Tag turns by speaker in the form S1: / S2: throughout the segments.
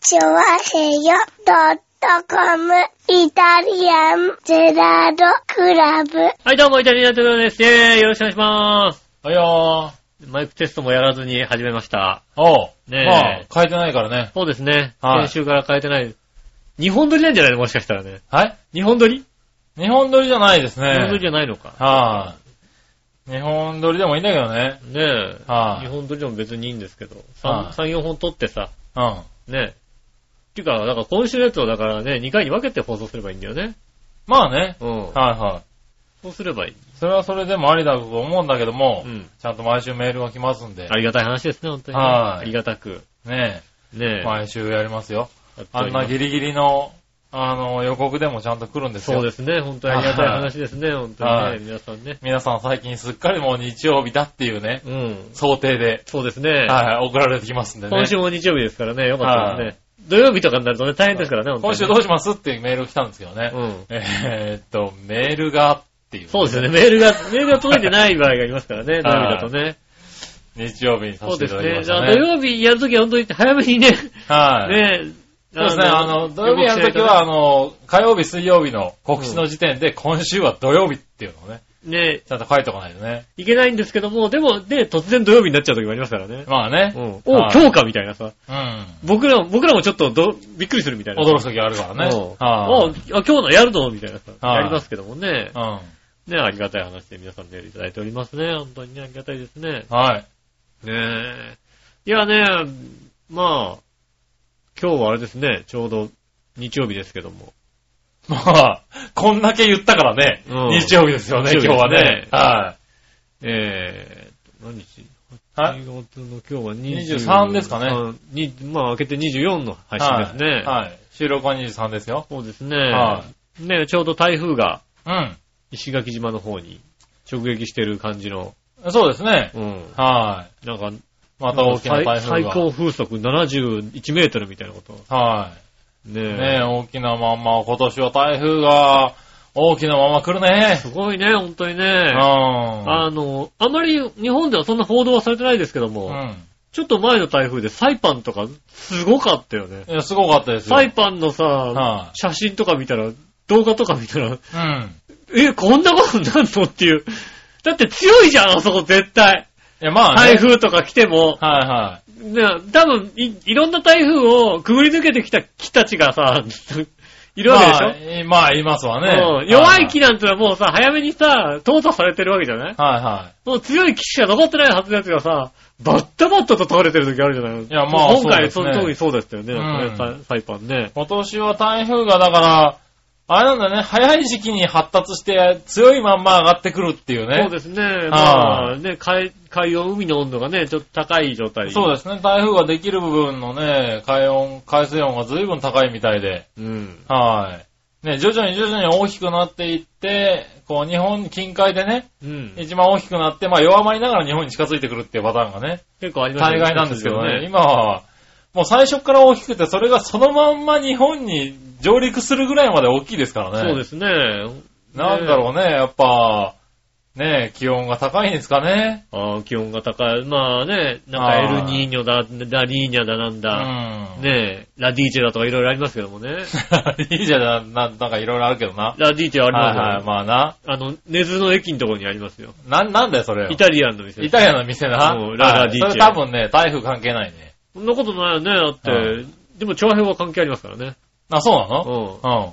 S1: チョワヘヨドットコムイタリアンゼラードクラブ。
S2: はい、どうも、イタリアントロです。イェーイ、よろしくお願いしま
S3: はいよ
S2: す。マイクテストもやらずに始めました。
S3: ー。おう。
S2: ねえ
S3: まあ、変えてないからね。
S2: そうですね。
S3: はい
S2: 先週から変えてない。日本撮りなんじゃないのもしかしたらね。
S3: はい
S2: 日本撮り、
S3: 日本撮りじゃないですね。
S2: 日本撮りじゃないのか。
S3: はい、日本撮りでもいいんだけどね。
S2: ねえ。
S3: はい
S2: 日本撮りでも別にいいんですけど。
S3: は
S2: 3、
S3: い
S2: 三4本撮ってさ。
S3: うん。
S2: ねえ。っていうか、なんか今週のやつをだからね、2回に分けて放送すればいいんだよね。
S3: まあね。
S2: うん。
S3: はいはい。
S2: そうすればいい。
S3: それはそれでもありだと思うんだけども、
S2: うん
S3: ちゃんと毎週メールが来ますんで、
S2: ありがたい話ですね、本当にね。
S3: はい
S2: ありがたく。
S3: ね
S2: ね
S3: え、
S2: え。
S3: 毎週やりますよ。
S2: やってお
S3: あ
S2: り
S3: ん
S2: ま
S3: な
S2: す
S3: ギリギリの、あの、予告でもちゃんと来るんですよ。
S2: そうですね、本当にありがたい話ですね、本当に
S3: は
S2: ね、
S3: い
S2: 皆さんね。
S3: 皆さん最近すっかりもう日曜日だっていうね、
S2: うん。
S3: 想定で、
S2: そうですね。
S3: はいはい、送られてきますんでね。
S2: 今週も日曜日ですからね、よかったです
S3: は
S2: ね。土曜日とかになるとね、大変ですからね、
S3: 今週ど
S2: 本
S3: うしますっていうメールが来たんですけどね。
S2: 当にね。
S3: えーっと、メールがっていう
S2: う。ん。そうですよね、メール が、メールが届いてない場合がありますからね、土曜日だとね。
S3: 日曜日にさ
S2: そうで
S3: せてい
S2: す
S3: ただき
S2: ね。
S3: まし
S2: じゃ
S3: た
S2: あ
S3: ね。
S2: 土曜日やるときは本当に早めにね、
S3: はい。
S2: ね、
S3: そうですね。あの、土曜日やるときは、あの、火曜日、水曜日の告知の時点で、今週は土曜日っていうのをね、
S2: ね、
S3: ちゃんと書いておかないとね。
S2: いけないんですけども、でも、で、突然土曜日になっちゃうときもありますからね。
S3: まあね。
S2: うん。お、
S3: はい
S2: 今日かみたいなさ。
S3: う
S2: 僕らも、僕らもちょっとど、びっくりするみたい
S3: ん。
S2: な。
S3: 驚くときあるから
S2: う
S3: ね。
S2: んお
S3: は
S2: あ、今日のやるのみたいなさ、
S3: はい
S2: やりますけどもね
S3: い。う。ん。
S2: ね、ありがたい話で皆さんメールいただいておりますね。本当にね、ありがたいですね。
S3: はい。
S2: ねえ。いやね、まあ、今日はあれですね、ちょうど日曜日ですけども。
S3: まあ、こんだけ言ったからね、
S2: うん
S3: 日曜日ですよね、
S2: 日曜日
S3: 今日
S2: ですね
S3: はね。は
S2: えー、何日
S3: はい
S2: ?8 月の今日は
S3: 23ですかね
S2: あにまあ、明けて24の
S3: い。
S2: 配信ですね。
S3: はいはい。収録は23ですよ。
S2: そうですね。
S3: は
S2: ねちょうど台風が
S3: うん。
S2: 石垣島の方に直撃してる感じの、
S3: そうですね。
S2: うん。
S3: は
S2: なんか、
S3: い。また大きな台風
S2: 最
S3: が。
S2: 高風速71メートルみたいなこと。
S3: はい。
S2: ねえ。
S3: ねえ、大きなまんま、今年は台風が大きなまま来るね
S2: す。ごいね、本当にね。
S3: うん。
S2: あの、あまり日本ではそんな報道はされてないですけども、
S3: うん。
S2: ちょっと前の台風でサイパンとかすごかったよね。
S3: いや、すごかったですよ。
S2: サイパンのさ、
S3: はい
S2: 写真とか見たら、動画とか見たら、
S3: うん。
S2: え、こんなことになんのっていう。だって強いじゃん、あそこ絶対。
S3: いや、まあね。
S2: 台。風とか来ても。
S3: はいはい。
S2: ね、多分い、いろんな台風をくぐり抜けてきた木たちがさ、 いるわけでしょ、
S3: まあいまあ、いますわ
S2: うん
S3: ね。
S2: 弱い木なんてのはもうさ、早めにさ、淘汰されてるわけじゃない
S3: はいは
S2: もう強い騎士が残ってないはずのやつがさ、バッタバッタと倒れてる時あるじゃないい
S3: やまあ
S2: 今回
S3: そうですね
S2: 特にそうだったよね、
S3: うん
S2: なんかねサイサイパンね
S3: い。。今年は台風が、だから、あれなんだね、早い時期に発達して、強いまんま上がってくるっていう
S2: そう
S3: ね。
S2: ですね。まあね、海、海洋、海の温度がね、ちょっと高い状態。
S3: そうですね。台風ができる部分のね、海温、海水温が随分高いみたいで。
S2: うん。
S3: はい。ね、徐々に徐々に大きくなっていって、こう、日本近海でね、
S2: うん。
S3: 一番大きくなって、まあ弱まりながら日本に近づいてくるっていうパターンがね、
S2: 結構あります
S3: 大概なんですけど
S2: よ
S3: ね、。今は、もう最初から大きくて、それがそのまんま日本に上陸するぐらいまで大きいですからね。
S2: そうですね。
S3: なんだろうね、やっぱ、ね気温が高いんですかね。
S2: あー気温が高い。まあね、なんかエルニーニョだ、ラニーニャだなん
S3: う
S2: だ、
S3: ん。
S2: ねラディーチェだとかいろいろありますけどもね。
S3: いいじゃん、ななんなんかいろいろあるけどな。
S2: ラディーチェありますよ、
S3: はいはい、まあな。
S2: あの、根津の駅のところにありますよ。
S3: な、なんだよ、それ。
S2: イタリアンの店。
S3: イタリアの店な。
S2: うんララ
S3: は
S2: ディ
S3: い
S2: ーチェ
S3: それ多分ね、台風関係ないね。
S2: そんなことないよね。だって、
S3: は
S2: でも、長編は関係ありますからね。
S3: あ、そうな
S2: う
S3: の
S2: ん。
S3: う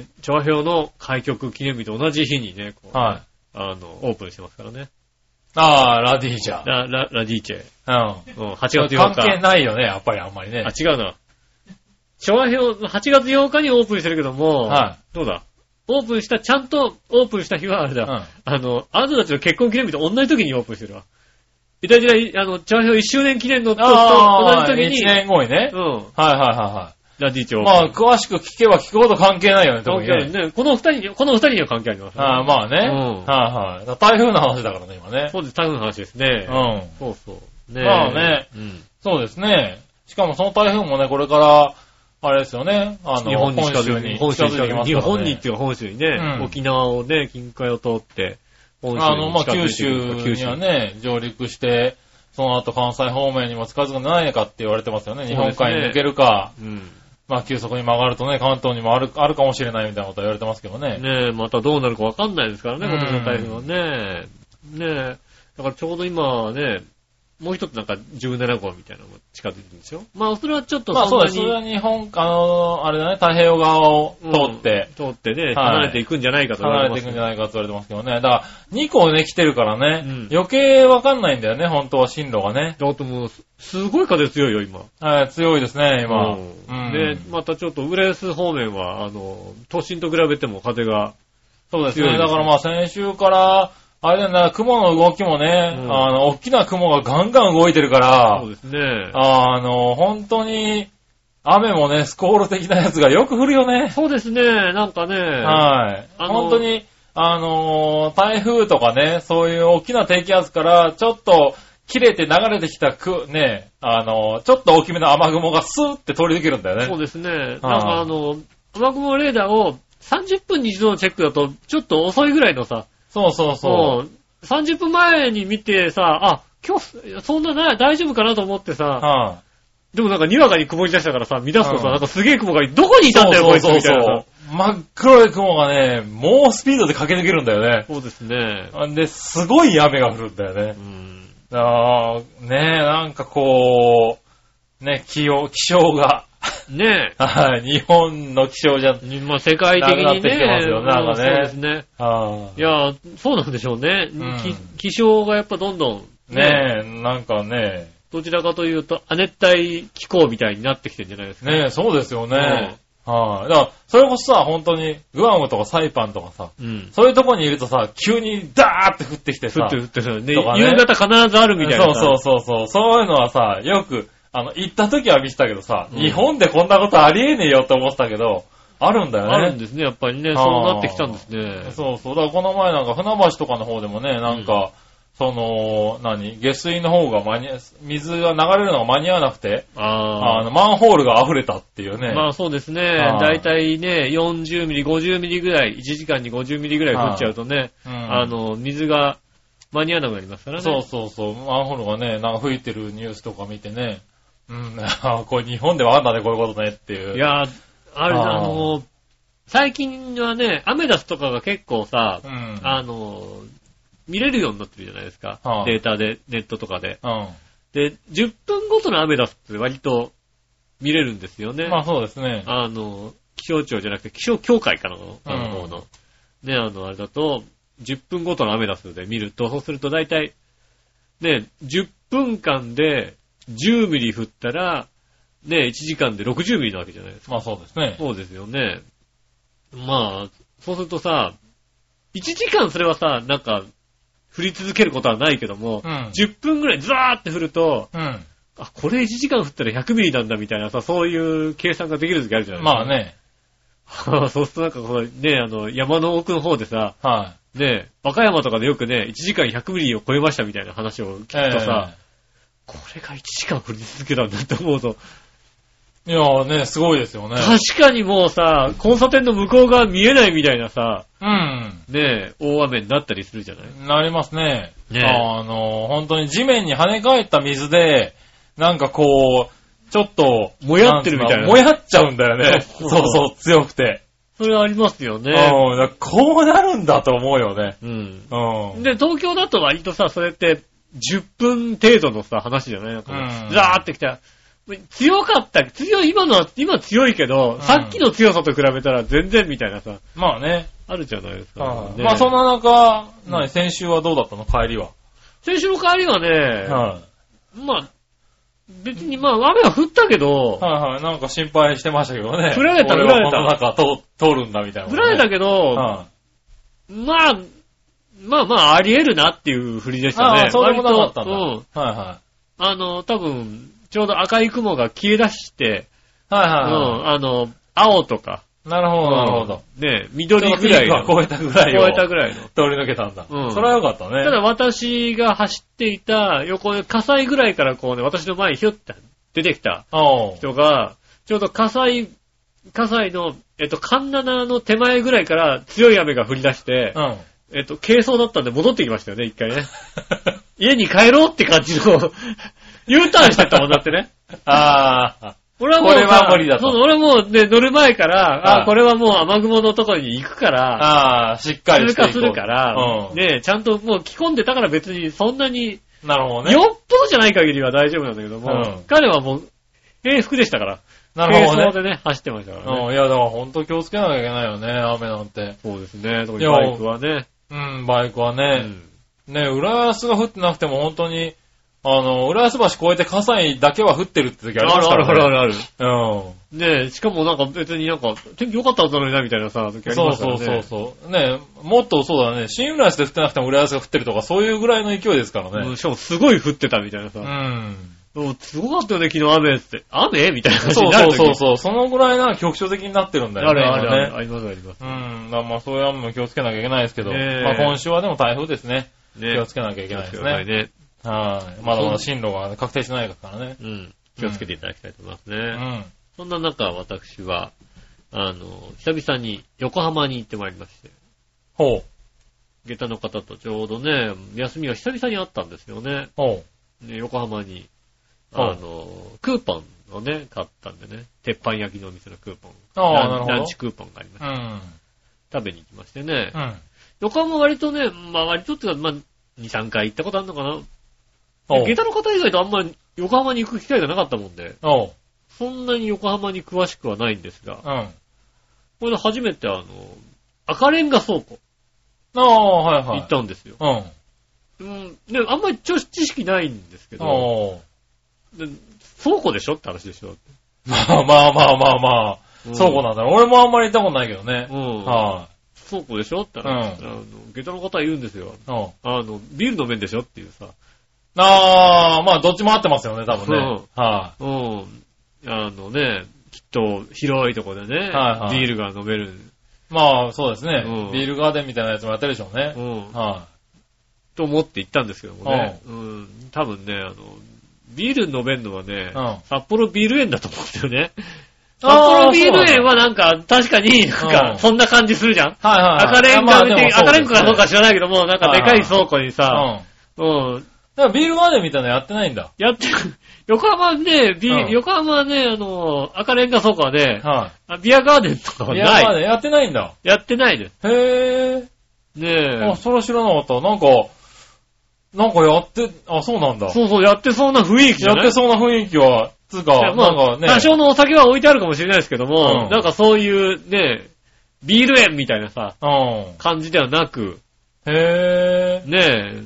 S2: で、長編の開局記念日と同じ日にね、こう、
S3: ん。はい。
S2: あの、オープンしてますからね。
S3: ああ、ラディーチャー。
S2: ラ、ラ、ラディーチェ。
S3: うん。
S2: うん、8月8日。
S3: 関係ないよね、やっぱりあんまりね。
S2: あ、違うな。長編を8月8日にオープンしてるけども、
S3: は
S2: どうだオープンした、ちゃんとオープンした日はあれだ。
S3: うん
S2: あの、あなたたちの結婚記念日と同じ時にオープンしてるわ。イタリア、あの、長編1周年記念の時と
S3: あ
S2: 同
S3: あ、
S2: じ時に、
S3: 1年後にね。
S2: うん、
S3: はいはいはいは
S2: ラディーチェ
S3: い。
S2: を。
S3: まあ、詳しく聞けば聞くほど関係ないよね、特
S2: 関
S3: に
S2: 係ある
S3: ね。
S2: ね。この二人に、この二人には関係あります、
S3: ああ、まあね。
S2: うん
S3: はいはい。台風の話だからね、今ね。
S2: そうです、台風の話ですね。
S3: うん。
S2: そうそう。ね
S3: まあね。
S2: うん。
S3: そうですね。しかもその台風もね、これから、あれですよね。あの、
S2: 日本に近づ
S3: 本
S2: い
S3: 州
S2: て、
S3: に
S2: 本州
S3: 近
S2: に
S3: づいてきます
S2: 日
S3: からね。
S2: 本にっていうか本州にね、
S3: うん
S2: 沖縄をね、近海を通って、本州
S3: あの、
S2: に
S3: まあ、
S2: 近づ
S3: 九
S2: いてく
S3: 州
S2: る
S3: にはね、上陸して、その後関西方面にも近づくんじゃないかって言われてますよね。
S2: う
S3: 日
S2: ですね
S3: 本海に抜けるか、
S2: うん。
S3: まあ急速に曲がるとね、関東にもある、あるかもしれないみたいなことは言われてますけどね。
S2: ねえ、またどうなるかわかんないですからね、
S3: うん
S2: 今年の台風はね。ねえ、だからちょうど今ね、もう一つなんか17号みたいなのが近づいてるんでしょまあそれはちょっと
S3: まあ
S2: そ
S3: そ
S2: ん
S3: う
S2: な
S3: です。そ
S2: に、
S3: れは日本、あのー、あれだね、太平洋側を通って、
S2: うん、通ってね、
S3: い
S2: 離れていくんじゃないかと言われ
S3: 離
S2: ま
S3: れてい
S2: す
S3: く
S2: ね
S3: んじゃないかって言われてますけどね。だから、2個ね、来てるからね、
S2: うん
S3: 余計わかんないんだよね、本当は進路がね。
S2: だってもう、すすごい風強いよ、今。
S3: はい、強いですね、今。
S2: う
S3: うんん。
S2: で、またちょっと浦安方面は、あの、都心と比べても風が、
S3: そうです
S2: 強い
S3: ね。
S2: です
S3: だからまあ先週から、あれだよな、雲の動きもね、
S2: うん
S3: あの、大きな雲がガンガン動いてるから
S2: そう、ですね。
S3: あの、本当に、雨もね、スコール的なやつがよく降るよね。
S2: そうですね、なんかね、
S3: はい。
S2: あの
S3: 本当に、あのー台風とかね、そういう大きな低気圧から、ちょっと切れて流れてきたく、ね、あのーちょっと大きめの雨雲がスーって通り抜けるんだよ
S2: そう
S3: ね。
S2: ですね。なん
S3: はい
S2: かあの、雨雲レーダーを30分に一度のチェックだと、ちょっと遅いぐらいのさ、
S3: そうそうそう。
S2: う。30分前に見てさ、あ、今日、そんなな、大丈夫かなと思ってさ、
S3: は
S2: でもなんかにわかに曇り出したからさ、見出すとさ、
S3: うん
S2: なんかすげえ雲が、どこにい
S3: い。
S2: たんだよ、こ
S3: そう
S2: いつ
S3: そう
S2: み
S3: そ
S2: たいなさ
S3: う。。 真っ黒い雲がね、猛スピードで駆け抜けるんだよね。
S2: そうですね。
S3: んで、すごい雨が降るんだよね
S2: う。ん。
S3: あーねえ、なんかこう、ね、気温、気象が、
S2: ね
S3: はい、日本の気象じゃ、
S2: え。まあ、世界的に
S3: なくなってきて
S2: ね。
S3: ますよねなんかね
S2: そうですね。
S3: あ
S2: いや、そうなんでしょうね。
S3: ん
S2: き気象がやっぱどんどん、
S3: ーねえ、なんかね、
S2: どちらかというと、亜熱帯気候みたいになってきてるんじゃないですか。
S3: ねえ、そうですよね。はい、だから、それこそさ、本当に、グアムとかサイパンとかさ、
S2: うん。
S3: そういうとこにいるとさ、急にダーって降ってきて
S2: 降
S3: さ、
S2: ってる降ってるね。
S3: とかね
S2: 夕方必ずあるみたいな。
S3: そうそうそうそう、そういうのはさ、よく、あの、行った時は見てたけどさ、
S2: うん
S3: 日本でこんなことありえねえよって思ってたけど、あるんだよね。
S2: あるんですね、やっぱりね。
S3: あー
S2: そうなってきたんですね。
S3: そうそう。だからこの前なんか船橋とかの方でもね、なんか、その、何、下水の方が間に合、水が流れるのが間に合わなくて、あ
S2: あ
S3: の、マンホールが溢れたっていう
S2: あ。
S3: ね。
S2: まあそうですね。
S3: あー
S2: だいたいね、40ミリ、50ミリぐらい、1時間に50ミリぐらい降っちゃうとね、
S3: うん
S2: あの、水が間に合わなくなりますからね。
S3: そうそうそう、マンホールがね、なんか吹いてるニュースとか見てね、うん、あこれ日本ではあんだね、こういうことねっていう。
S2: い、やー、あれ、
S3: あー
S2: あのー、最近はね、アメダスとかが結構さ
S3: う、ん。
S2: あのー、見れるようになってるじゃないですか
S3: は。あ
S2: データで、ネットとかで。
S3: う
S2: で、10分ごとのアメダスって割と見れるんですよね。
S3: ん。まあそうですね。
S2: あの、気象庁じゃなくて気象協会かなの、
S3: うん
S2: あの方の。ね、あの、あれだと、10分ごとのアメダスで見ると、そうすると大体、ね、10分間で10ミリ降ったら、ね、1時間で60ミリなわけじゃないですか。
S3: まあそうですね。
S2: そうですよね。まあ、そうするとさ、1時間それはさ、なんか、降り続けることはないけども、
S3: うん
S2: 10分ぐらいザーって降ると、
S3: うん。
S2: あ、これ1時間降ったら100ミリなんだみたいなさ、そういう計算ができる時あるじゃないですか。
S3: まあ ね、
S2: そうするとなんかこう、ね、あの、山の奥の方でさ、
S3: はい。
S2: ね、和歌山とかでよくね、1時間100ミリを超えましたみたいな話を聞くとさ、これが1時間降り続けたんだと思うと、
S3: ええいやね、すごいですよね。
S2: 確かにもうさ、交差点の向こう側見えないみたいなさ、
S3: うん。
S2: ね、大雨になったりするじゃない
S3: なりますね。
S2: ねえ
S3: あの、本当に地面に跳ね返った水で、なんかこう、ちょっと、
S2: もやってるみたいな
S3: もやっちゃうんだよね。
S2: そ
S3: そうう
S2: そう
S3: そう、強くて。
S2: それはありますよ
S3: うん
S2: ね。
S3: だからこうなるんだと思うよね。
S2: うん。
S3: うん。
S2: で、東京だと割とさ、それって10分程度のさ、話じゃないなんかもう
S3: うん
S2: ザーってきた。強かった、強い、今のは、今強いけど、
S3: ん
S2: さっきの強さと比べたら全然みたいなさ、
S3: まあね。
S2: あるじゃないですか、
S3: まあそん
S2: の、
S3: な中、何、先週はどうだったの帰りは。
S2: 先週の帰りはね、
S3: は
S2: まあ、別にまあ雨は降ったけど
S3: い。、はいはい。なんか心配してましたけどね。
S2: 振られた
S3: 俺
S2: 振られ
S3: は
S2: た
S3: この中通通るんだみたいな、
S2: 降られた
S3: け
S2: けど、
S3: はい。
S2: まあ、まあまああり得るなっていう振りでしたね。
S3: ああ、そうでもなかったんだ。
S2: 割とうん。
S3: はいはい。
S2: あの、多分、ちょうど赤い雲が消え出して、
S3: はいうはいはい。
S2: ん、あの、青とか、
S3: なるほど、なるほど。
S2: うん。ね、緑ぐらいの。
S3: ピークは超えたぐらいを。
S2: 超えたぐらいの。
S3: 通り抜けたんだ。
S2: うん
S3: それはよかったね。
S2: ただ私が走っていた横で火災ぐらいからこうね、私の前にひょって出てきた
S3: おう
S2: 人が、ちょうど火災、火災の、えっと、カンナナの手前ぐらいから強い雨が降り出して
S3: う、ん。
S2: えっと、軽装だったんで戻ってきましたよね、一回ね。 家に帰ろうって感じの、U ターンしてったもんだってね。
S3: ああ。
S2: 俺はもうさ、
S3: これは無理だと
S2: そう俺もうね、乗る前から、
S3: は
S2: あ、
S3: い
S2: これはもう雨雲のところに行くから、
S3: ああ、しっかり
S2: 通
S3: し
S2: 過
S3: ていこう
S2: するから、
S3: うん。
S2: ね、ちゃんともう着込んでたから別にそんなに、
S3: なるほどね。
S2: よっぽどじゃない限りは大丈夫なんだけども、
S3: うん
S2: 彼はもう、平服でしたから。
S3: なるほど
S2: 軽
S3: ね
S2: 装。でね、走ってましたからね。
S3: うん、いや、だから本当気をつけなきゃいけないよね、雨なんて。
S2: そうですね、特
S3: い
S2: に
S3: や
S2: バイクはね。
S3: うん、バイクは
S2: う
S3: ね。
S2: ん
S3: ね、浦安が降ってなくても本当に、あの、浦安橋越えて葛西だけは降ってるって時あ
S2: あ
S3: り
S2: る
S3: ます
S2: あ
S3: か
S2: る
S3: ら、ね。
S2: あるあるある。
S3: うん。
S2: ねえ、しかもなんか別になんか、天気良かったはずなのになみたいなさ、時あり
S3: そ
S2: ま
S3: う
S2: したか
S3: そ
S2: ら
S3: う
S2: ね。
S3: そうそう。ねもっとそうだね、新浦安で降ってなくても浦安が降ってるとか、そういうぐらいの勢いですから
S2: うん
S3: ね。
S2: しかもすごい降ってたみたいな
S3: う
S2: さ。
S3: ん。
S2: もうすごかったよね、昨日雨って。雨みたいな話
S3: そ
S2: に
S3: う
S2: なる
S3: そう
S2: 時
S3: そうそう。そのぐらいな局所的になってるんだよ
S2: あ
S3: ね。
S2: るあるある。
S3: 今ね
S2: ありますあります。
S3: うん。だからまあそういう雨も気をつけなきゃいけないですけど、
S2: ねえ
S3: まあ今週はでも台風ですね。
S2: ね
S3: 気をつけなきゃいけないですね。
S2: ね。
S3: はい。まだまだ進路が確定してないですからね。
S2: うん。気をつけていただきたいと思いますね。
S3: うん。
S2: そんな中、私は、あの、久々に横浜に行ってまいりまして、
S3: ほう。
S2: 下駄の方とちょうどね、休みが久々にあったんですよね。
S3: ほ
S2: ね横浜に、
S3: は
S2: あ
S3: い
S2: の、クーポンをね、買ったんでね、鉄板焼きのお店のクーポン。
S3: う。ああ、
S2: ラン
S3: な
S2: ラ
S3: る
S2: ン
S3: ほ
S2: チクーポンがありまし
S3: ど。う
S2: た。食
S3: ん。
S2: べに行きましてね。
S3: うん。
S2: 横浜割とね、まあ割とっていうか、まあ、2、3回行ったことあるのかな。
S3: ほう
S2: 下。駄の方以外とあんまり横浜に行く機会がなかったもんで、
S3: ほう。
S2: そんなに横浜に詳しくはないんですが、
S3: うん。あ
S2: これで初めてあの、赤レンガ倉庫
S3: あ、はいは
S2: 行
S3: い。
S2: ったんですよ。
S3: うん。
S2: うん。で、あんまりちょ知識ないんですけど、
S3: ほ
S2: で倉庫でしょって話でしょ。
S3: う。まあまあまあまあまあ。そうこ
S2: だ。
S3: なんだろう。俺もあんまり行ったことないけどね
S2: う。ん。
S3: は
S2: 倉庫でしょって話したら、あの、下駄の方は言うんですよ。
S3: い。うん。
S2: あの、ビールの面でしょっていうさ。
S3: ああ、まあどっちも合ってますよね、多分ね。は
S2: うん。あのね、きっと広いとこでね、
S3: はいはい
S2: ビールが飲める。
S3: い。まあそうですね
S2: うん。
S3: ビールガーデンみたいなやつもやってるでしょうね
S2: う。ん。
S3: は
S2: と思って行ったんですけどもね。うん。多分ね、あの、ビール飲めるのはね、
S3: うん
S2: 札幌ビール園だと思うんだよね。札
S3: あ
S2: 幌
S3: ー
S2: ビール園
S3: そうなんだ
S2: はなんか、確かになん
S3: う
S2: か、
S3: ん
S2: そんな感じするじゃん。
S3: い。はいはい。
S2: 赤レン
S3: ま
S2: ガ
S3: あ
S2: 見
S3: でも
S2: て、
S3: そう
S2: 赤レ
S3: ですね
S2: ンガかどうか知らないけども、なんかでかい倉庫にさ、
S3: うん。
S2: うん。
S3: だからビールガーデンみたいなのやってないんだ。
S2: やってる、 横浜ね、ビー
S3: うん
S2: 横浜ね、あの、赤レンガ倉庫はね、
S3: は
S2: あビアガーデンとか
S3: い。
S2: は
S3: ビールガー
S2: ない。
S3: デンやってないんだ。
S2: やってないです。
S3: へえ。
S2: ね
S3: あ、
S2: え。
S3: それは知らなかった。なんか、なんかやって、あ、そうなんだ。
S2: そうそう、やってそうな雰囲気じ
S3: や
S2: ゃ
S3: っ
S2: ない
S3: てそうな雰囲気は、つうか、
S2: いやまあ
S3: なんかね。
S2: 多少のお酒は置いてあるかもしれないですけども、
S3: うん
S2: なんかそういうね、ビール園みたいなさ、
S3: う
S2: 感じではなく、
S3: ん。へ
S2: ねえ。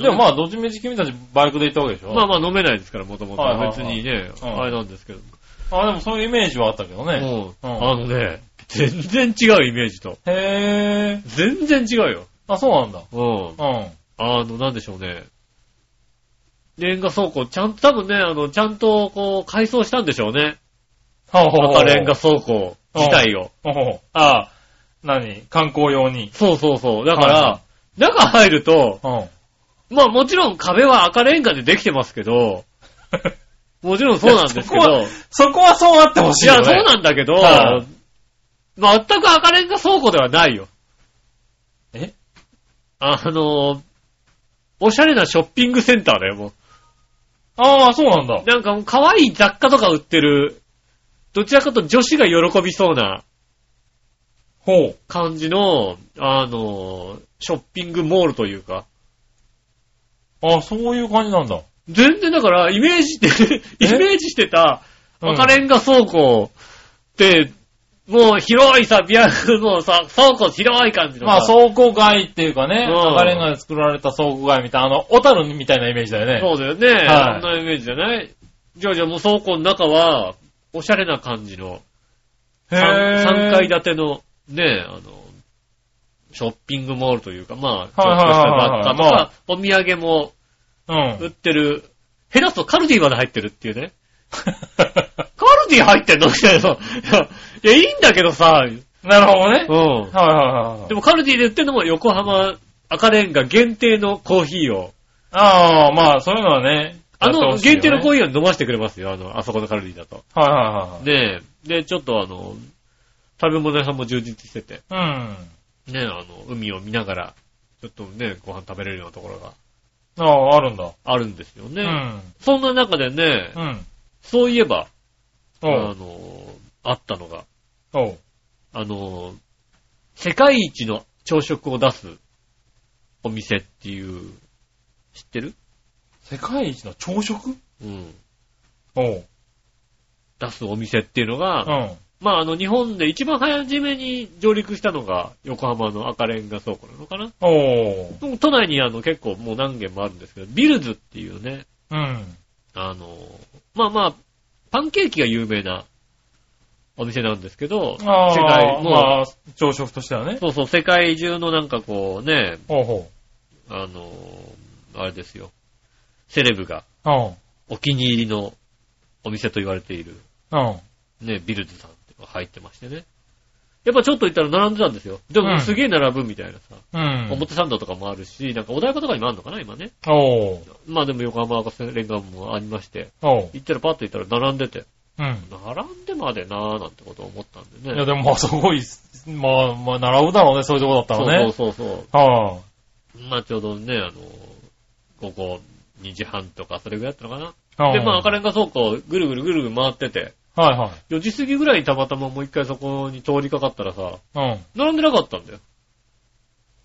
S3: え。でもまあ、どっちみち君たちバイクで行ったわけでしょ
S2: まあまあ飲めないですから、もともと
S3: はいはい
S2: は。
S3: はい
S2: 別にね、
S3: うん
S2: あれなんですけど。
S3: あ、でもそういうイメージはあったけどね。
S2: もう
S3: うん
S2: あのね、全然違うイメージと。
S3: へえ。
S2: 全然違うよ。
S3: あ、そうなんだ。
S2: うん。
S3: う
S2: あの、なんでしょうね。レンガ倉庫、ちゃんと、多分ね、あの、ちゃんと、こう、改装したんでしょうね。
S3: ん。
S2: 赤レンガ。倉庫自体を。
S3: ほうほうああ、何観光用に。
S2: そうそうそう。だか
S3: はい
S2: ら
S3: は、
S2: 中入ると、
S3: うん。
S2: まあもちろん壁は赤レンガでできてますけ ど、もちろんそうなんですけ
S3: い
S2: ど、
S3: やそこはそうあってほし
S2: い
S3: いよ、
S2: や、
S3: ね。
S2: そうなんだけど、
S3: はい
S2: 全く赤レンガ倉庫ではないよ。
S3: え
S2: あのー、おしゃれなショッピングセンターだよ、も
S3: ああ、そうなんだ
S2: う。。なんかもう可愛い雑貨とか売ってる、どちらかと女子が喜びそうな
S3: ほう。
S2: 感じの、あのー、ショッピングモールというか。
S3: ああ、そういう感じなんだ。
S2: 全然だから、イメージって、イメージしてた、
S3: うん
S2: 赤レンガ倉庫って、もう広いさ、ビアもうさ、倉庫広い感じのさ。
S3: まあ、倉庫街っていうかね、
S2: うん
S3: 赤レンガで作られた倉庫街みたいな、あの、小樽みたいなイメージだよね。
S2: そうだよね。
S3: はい
S2: そんなイメージじゃないじゃあじゃあもう倉庫の中は、おしゃれな感じの、
S3: へえ
S2: 3, 階建ての、ね、あの、ショッピングモールというか、まあ、ちょ
S3: は
S2: っ
S3: いはい
S2: とした
S3: はい
S2: 雑
S3: は
S2: 貨
S3: い
S2: とか、お土産も
S3: う
S2: 売っ
S3: ん。
S2: てる、ヘラとカルディまで入ってるっていうね。カルディ入ってんのみたいな。いや、いやいいんだけどさ、
S3: なるほどね。
S2: うん。
S3: はいはいはい。
S2: でもカルディで売ってるのも横浜赤レンガ限定のコーヒーを、
S3: ああ、まあ、そういうのはね。
S2: あの限定のコー
S3: い
S2: ヒーを飲ませてくれますよ、あの、あそこのカルディだと。
S3: はいはい
S2: で、で、ちょっとあの、食べ物屋さんも充実してて、
S3: はい。うん。
S2: ね、あの、海を見ながら、ちょっとね、ご飯食べれるようなところが
S3: ああ、あるんだ。
S2: あるんですよね。
S3: うん。
S2: そんな中でね、
S3: うん。
S2: そういえば、あ
S3: おう。
S2: の、あったのが、
S3: おう。
S2: あの、世界一の朝食を出すお店っていう、知ってる
S3: 世界一の朝食
S2: うん。
S3: おう。
S2: 出すお店っていうのが、
S3: うん。
S2: まあ、あの、日本で一番初めに上陸したのが、横浜の赤レンガ倉庫なのかな
S3: おう。
S2: 都内にあの、結構もう何軒もあるんですけど、ビルズっていうね、
S3: うん。
S2: あの、まあまあ、パンケーキが有名なお店なんですけど、世
S3: ああ、
S2: 界、も
S3: まあ、朝食としてはね
S2: う、。そうそう、世界中のなんかこうね、
S3: ほうほ
S2: あの、あれですよ、セレブが
S3: う。うん。
S2: お気に入りのお店と言われている、
S3: うん。
S2: ね、ビルズさんってのが入ってましてね。やっぱちょっと行ったら並んでたんですよ。で
S3: う
S2: も
S3: ん
S2: すげえ並ぶみたいなさ。
S3: うん。
S2: 表参道とかもあるし、なんかお台場とかにもあるのかな、今ね。
S3: おう。
S2: まあでも横浜赤レンガもありまして、
S3: おう。
S2: 行ったらパッと行ったら並んでて、
S3: うん。
S2: 並んでまでなーなんてことを思ったんで
S3: い
S2: ね。
S3: や、でも、まあ、すごい、まあ、まあ、習うだろうね、そういうとこだった
S2: そ
S3: ら
S2: う
S3: ね。
S2: そうそうそ
S3: は
S2: う。まあちょうどね、あの、ここ2時半とかそれぐらいだったのか
S3: あ。
S2: な。で、まあ赤
S3: れ。
S2: レンガ倉庫をぐるぐるぐるぐる回ってて、
S3: はいはい。
S2: 4時過ぎぐらいにたまたまもう一回そこに通りかかったらさ、
S3: うん。
S2: 並んでなかったんだよ。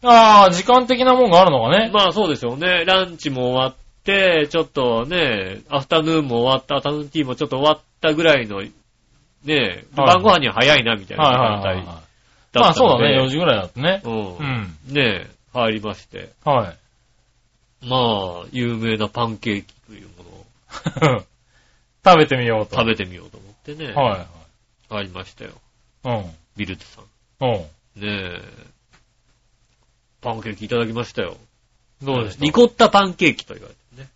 S3: ああ、時間的なもんがあるのかね。
S2: まあそうでしょうね。ランチも終わって、ちょっとね、アフタヌーンも終わった、アフタヌーンティーもちょっと終わったぐらいの、ねえ、
S3: はい
S2: 晩ご飯には早いな、みたいな時間
S3: はいはいはい
S2: 帯
S3: は
S2: だ。
S3: い
S2: ったので。
S3: まあ、そうだね、4時ぐらいだったね。う。
S2: うんん。ねえ、入りまして。
S3: はい。
S2: まあ、有名なパンケーキというものを
S3: 食べてみようと。
S2: 食べてみようと思ってね、
S3: は
S2: 入りましたよ。
S3: いはい。
S2: ビルズさん。
S3: うん。うん。
S2: ねえ、パンケーキいただきましたよ。
S3: どうでした
S2: リコッタパンケーキと言われてるね。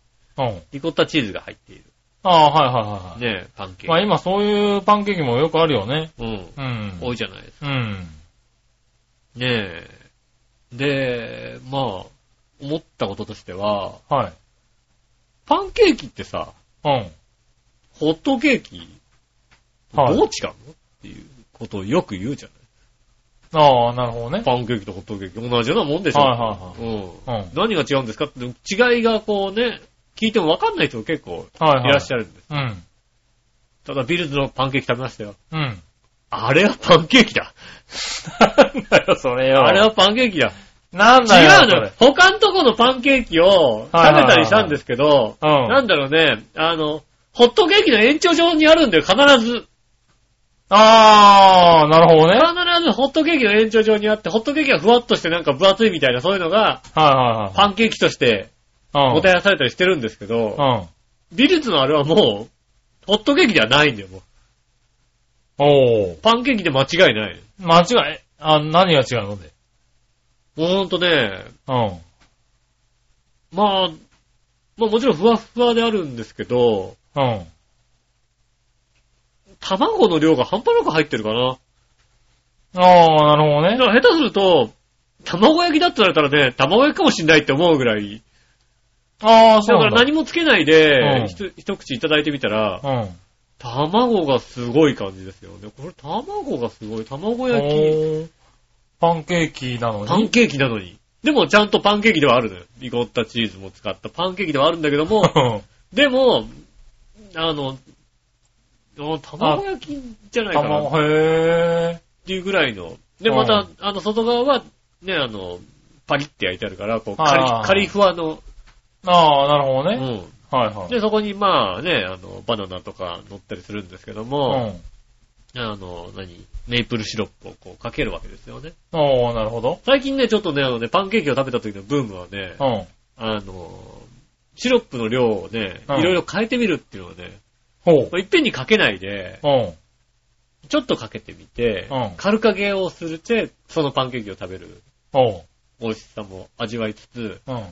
S3: うん。
S2: リコッタチーズが入っている。
S3: ああ、はいはいはいはい。
S2: ねえ、パンケーキ。
S3: まあ今そういうパンケーキもよくあるよね。
S2: うん。
S3: うん。
S2: 多いじゃないですか。
S3: うん。
S2: ねえ。で、まあ、思ったこととしては、
S3: はい。
S2: パンケーキってさ、
S3: うん。
S2: ホットケーキ、どう
S3: はい
S2: 違うの、っていうことをよく言うじゃ
S3: ああ、なるほど
S2: な
S3: ね
S2: い。。パンケーキとホットケーキ同じようなもんでしょ。
S3: はいはい
S2: うん
S3: うん
S2: 何が違うんですかって、違いがこうね、聞いてもわかんない人が結構
S3: は
S2: い
S3: いはい。
S2: らっし
S3: ゃ
S2: ゃるんです。
S3: る。うん。
S2: ただビルズのパンケーキ食べましたよ。
S3: うん。
S2: あれはパンケーキだ。
S3: なんだよ、それよ。
S2: あれはパンケーキだ。
S3: なんだよ。
S2: 違うのよ。他のとこのパンケーキを食べたりしたんですけど、
S3: はいはいはいはいうん
S2: なんだろうね、あの、ホットケーキの延長上にあるんだよ、必ず。
S3: ああ、なるほどね。
S2: 必
S3: はい
S2: ずホットケーキの延長上にあって、ホットケーキがふわっとしてなんか分厚いみたいな、そういうのが、
S3: はいはい。
S2: パンケーキとして
S3: うん。
S2: もてはやされたりしてるんですけど、
S3: うん。
S2: ビルズのあれはもう、ホットケーキではないんだよ、もう。
S3: おー。
S2: パンケーキで間違いない。
S3: 間違い、あ、何が違うので。
S2: ほんとね、
S3: うん。
S2: まあ、まあもちろんふわっふわであるんですけど、
S3: うん。
S2: 卵の量が半端なく入ってるかな。
S3: ああ、なるほど
S2: だ
S3: ね
S2: か。ら下手すると、卵焼きだって言われたらね、卵焼きかもしんないって思うぐらい。
S3: ああ、そ
S2: だ
S3: う
S2: か
S3: な
S2: ら
S3: んだ。
S2: 何もつけないうで、
S3: ん
S2: ひと一口いただいてみたら、
S3: うん。
S2: 卵がすごい感じですよね。これ卵がすごい。卵焼き。
S3: おーパンケーキなの
S2: パン
S3: に。
S2: ケーキなのに。でもちゃんとパンケーキではあるのよ。リコッタチーズも使ったパンケーキではあるんだけども、
S3: うん
S2: でも、あの、あ卵焼きじ ゃないかなっ
S3: 卵、へ
S2: ていうぐらいの。で、
S3: うん
S2: また、あの、外側は、ね、あの、パリって焼いてあるから、こう、カ
S3: あ
S2: リ
S3: ー
S2: カリふわの、
S3: ー。ああ、なるほど
S2: う
S3: ね。
S2: ん、
S3: はいはい。
S2: で、そこにまあね、あの、バナナとか乗ったりするんですけども、
S3: う
S2: あの、何メイプルシロップをこうかけるわけですよね。
S3: ん。おー、なるほど。
S2: 最近ね、ちょっとね、あのね、パンケーキを食べた時のブームはね
S3: う、ん。
S2: あの、シロップの量をね、
S3: うん
S2: いろいろ変えてみるっていうのはね、
S3: ほう。
S2: まあいっぺんにかけないで、
S3: うん。
S2: ちょっとかけてみて
S3: うん、
S2: 軽かげをするて、そのパンケーキを食べる
S3: おう。
S2: 美味しさも味わいつつ、
S3: うん。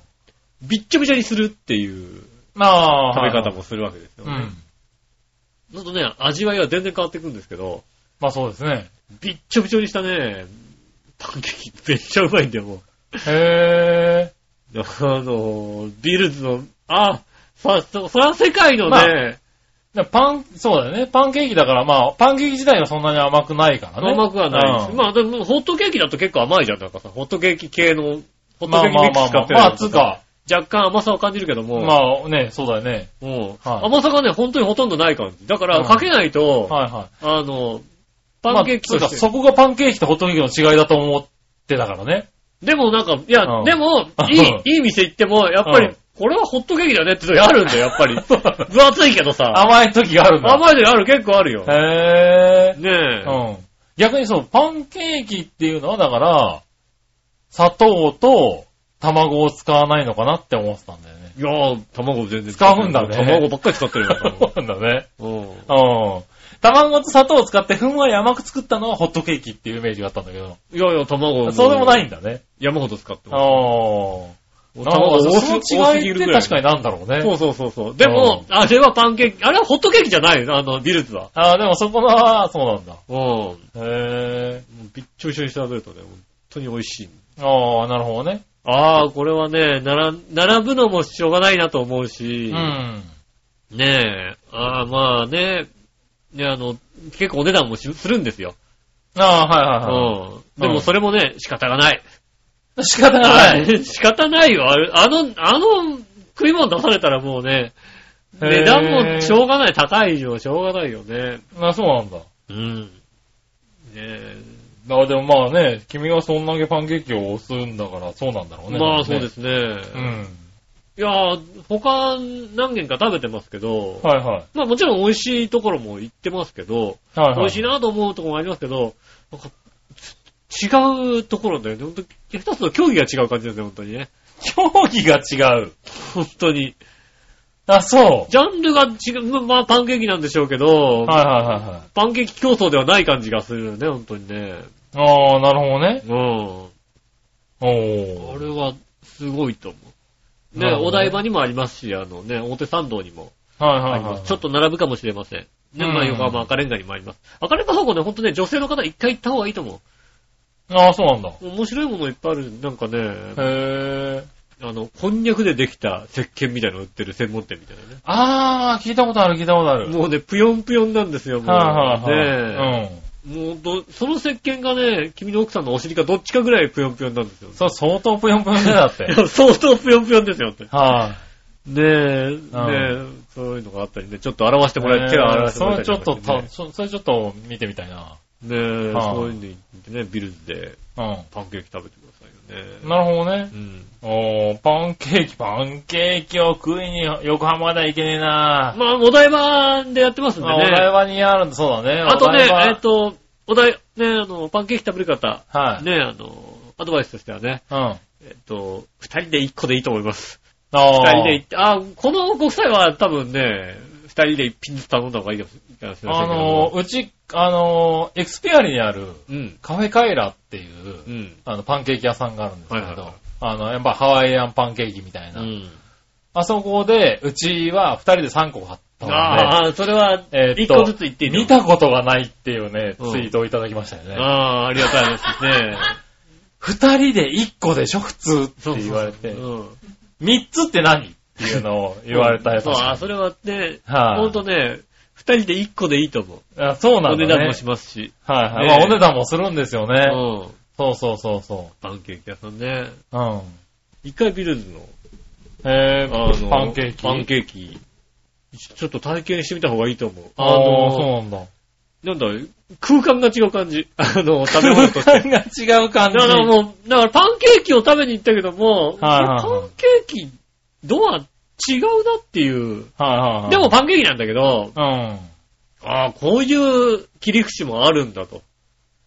S2: びっちょびちょにするっていう
S3: まあ、
S2: 食べ
S3: はい
S2: 方
S3: はい。
S2: もするわけですよ
S3: う
S2: ね
S3: ん。。
S2: そうするとね、味わいは全然変わってくるんですけど、
S3: まあそうですね。
S2: びっちょびちょにしたね、パンケーキめっちゃうまいんだよ、もう。
S3: へ
S2: あの、ビルズの、あ、さ、そ、そら世界の
S3: ま
S2: ね、
S3: ーでパン、そうだよね。パンケーキだから、まあ、パンケーキ自体がそんなに甘くないからね。
S2: 甘くはないです。
S3: うん
S2: まあでも、ホットケーキだと結構甘いじゃん、なんかさ、ホットケーキ系の、ホットケーキミックス使ってる
S3: まあまあまあまあまあつうか
S2: 若干甘さを感じるけども、
S3: まあね、そうだよね。
S2: うん
S3: はい
S2: 甘さがね、本当にほとんどない感じ。だか
S3: は
S2: ら、
S3: い
S2: かけないと、
S3: はいはい。
S2: あの、パンケーキ
S3: ま
S2: と
S3: あ
S2: し
S3: つ
S2: て
S3: うか、そこがパンケーキとホットケーキの違いだと思ってたからね。
S2: でもなんか、いや、
S3: うん
S2: でも
S3: う、ん
S2: いい、いい店行っても、やっぱり、
S3: うん
S2: これはホットケーキだねって時あるんだよ、やっぱ り。分厚いけどさ。
S3: 甘い時があるんだ。
S2: 甘い時ある、結構あるよ。
S3: へ
S2: ね
S3: ぇ
S2: え。
S3: ー。うん。逆にそう、パンケーキっていうのはだから、砂糖と卵を使わないのかなって思ってたんだよね。
S2: いやー、卵全然
S3: 使うんだね
S2: 卵ばっかり使ってるよ
S3: そうなんだね。
S2: うん。
S3: うん。卵と砂糖を使ってふんわり甘く作ったのはホットケーキっていうイメージがあったんだけど、
S2: いやいや、卵。
S3: そうでもない
S2: い。
S3: んだね。
S2: 山ほど使って
S3: あ
S2: ま
S3: あ。
S2: す。
S3: 卵
S2: 多す
S3: その違いって確かになんだろ
S2: そ
S3: うね。
S2: うそうそうそう。でも、あれはパンケーキ、あれはホットケーキじゃないよあの、ビルズは。
S3: ああ、でもそこは、そうなんだ。
S2: うん。
S3: へ
S2: びっちょびちょに調べるとね、本当に美味しい。
S3: え。ああ、なるほどね。
S2: ああ、これはね、なら、並ぶのもしょうがないなと思う
S3: う
S2: し、
S3: ん。
S2: ねえ、ああ、まあね、ね、あの、結構お値段もしするんですよ。
S3: ああ、
S2: う
S3: はいはいは
S2: ん。でもそれもね、仕方がない。
S3: い。仕方がない。
S2: 仕方ないよ。あれあの、あの、食い物出されたらもうね、
S3: へー
S2: 値段もしょうがない。高い以上しょうがないよね。
S3: あそうなんだ。
S2: うん。ねえ。
S3: あでもまあね、君がそんだけパンケーキを押すんだから、そうなんだろうね。。
S2: まあそうですすね。
S3: うん。
S2: いやー、他何軒か食べてますけど、
S3: はいはい。
S2: まあもちろん美味しいところも行ってますけど、
S3: はいはい。
S2: 美味しい
S3: な。
S2: なと思うところもありますけど、なんかち違うところだよね。本当一つの競技が違う感じですね、本当にね。
S3: 競技が違う。
S2: 本当に。
S3: あ、そう。
S2: ジャンルが違う、まあパンケーキなんでしょうけど、
S3: はいはいはいはい。
S2: パンケーキ競争ではない感じがするよね、本当にね。
S3: ああ、なるほどね。
S2: うん。
S3: お
S2: こ
S3: ー。
S2: れはすごいと思う。
S3: な
S2: ね、
S3: るほど
S2: お
S3: ね
S2: 台場にもありますし、あのね、表参道にも
S3: は
S2: あ
S3: いはい
S2: り
S3: は
S2: ま
S3: い。
S2: す。ちょっと並ぶかもしれません。ね、
S3: うん
S2: まあ横浜赤レンガにもあります。赤レンガ方向ね、ほんとね、女性の方一回行った方がいいと思
S3: ああ、そうなんだ。
S2: う。面白いものいっぱいある。なんかね、
S3: へえ。
S2: あの、こんにゃくでできた石鹸みたいなの売ってる専門店みたいなね。
S3: ああ、聞いたことある聞いたことある。
S2: もうね、ぷよんぷよんなんですよ、もう。
S3: はいはい
S2: ね
S3: はい。うん。
S2: もうど、その石鹸がね、君の奥さんのお尻かどっちかぐらいぷよんぷよんなんですよ。
S3: そう、相当ぷよんぷよんだよだ って。
S2: いや相当ぷよんぷよんですよって。
S3: はい。
S2: ねえ、ねえ、そういうのがあったりね、ちょっと表してもらえ、手を表してもらえたり
S3: それちょっと
S2: なんかして
S3: た、そそれちょっと見てみたいな。
S2: ねねえ、
S3: はあ
S2: そういうのに行ってね、ビルズで
S3: う
S2: パンケーキ食べてくださいよね。
S3: ん。なるほどね
S2: う。ん。
S3: おー、パンケーキ、パンケーキを食いに横浜まで行けねえな
S2: まあ、お台場でやってますん
S3: ぁ。
S2: で
S3: あお台
S2: ね。
S3: 場にあるんだ、そうだね。
S2: あとね、
S3: お台場
S2: えっ、と、お台、ね、あの、パンケーキ食べる方、
S3: はい。
S2: ね、あの、アドバイスとしてはね、
S3: うん。あ
S2: えっと、二人で一個でいいと思います。
S3: あ
S2: 二人で行って、あ、このご夫妻は多分ね、二人で一品ずつ頼んだ方がいいかもしれませ
S3: あ
S2: んけど
S3: の
S2: も。
S3: ー、うち、あのー、エクスピアリにある
S2: うん。
S3: カフェカイラっていう、
S2: うん。
S3: あの、パンケーキ屋さんがあるんですけ
S2: はいはいは
S3: ど
S2: い、
S3: あの、やっぱハワイアンパンケーキみたいうな。
S2: ん。
S3: あそこで、うちは二人で3個買ったので、
S2: ああ、それは、
S3: えーっ
S2: 一
S3: と
S2: 個ずつ言っていいの
S3: 見たことがないっていうね、ツ
S2: うん
S3: イートをいただきましたよね。
S2: ああ、ありがたいですね。
S3: 二人で一個でしょ、普通 って言われて。
S2: うん。
S3: 三つって何っていうのを言われたやつ。
S2: そう、あ、それはね、
S3: はい
S2: ほんとね、二人で一個でいいと思う。
S3: あそうな
S2: お
S3: んだ、ね。
S2: 値段もしますし。
S3: はいは
S2: ね
S3: い。まあお値段もするんですよ
S2: う
S3: ね。
S2: ん。
S3: そうそうそうそ
S2: パンケーキ屋さんね。
S3: う。うん。
S2: 一回ビルズの、
S3: えー、
S2: あの、
S3: パンケーキ。
S2: パン
S3: ーキ。
S2: ケーキ、ちょっと体験してみた方がいいと思う。
S3: あ
S2: あ
S3: あ、そう
S2: の、
S3: なんだ。
S2: なんだ、空間が違う感じ。あの、食べ物 として。
S3: 空間が違う感
S2: だから
S3: じ。
S2: もう、だからパンケーキを食べに行ったけども、
S3: はいはいはい
S2: これパンケーキ、ドア違うなっていう。
S3: はいはいはい。
S2: でも、パンケーキなんだけど、
S3: うん。
S2: ああ、こういう切り口もあるんだと、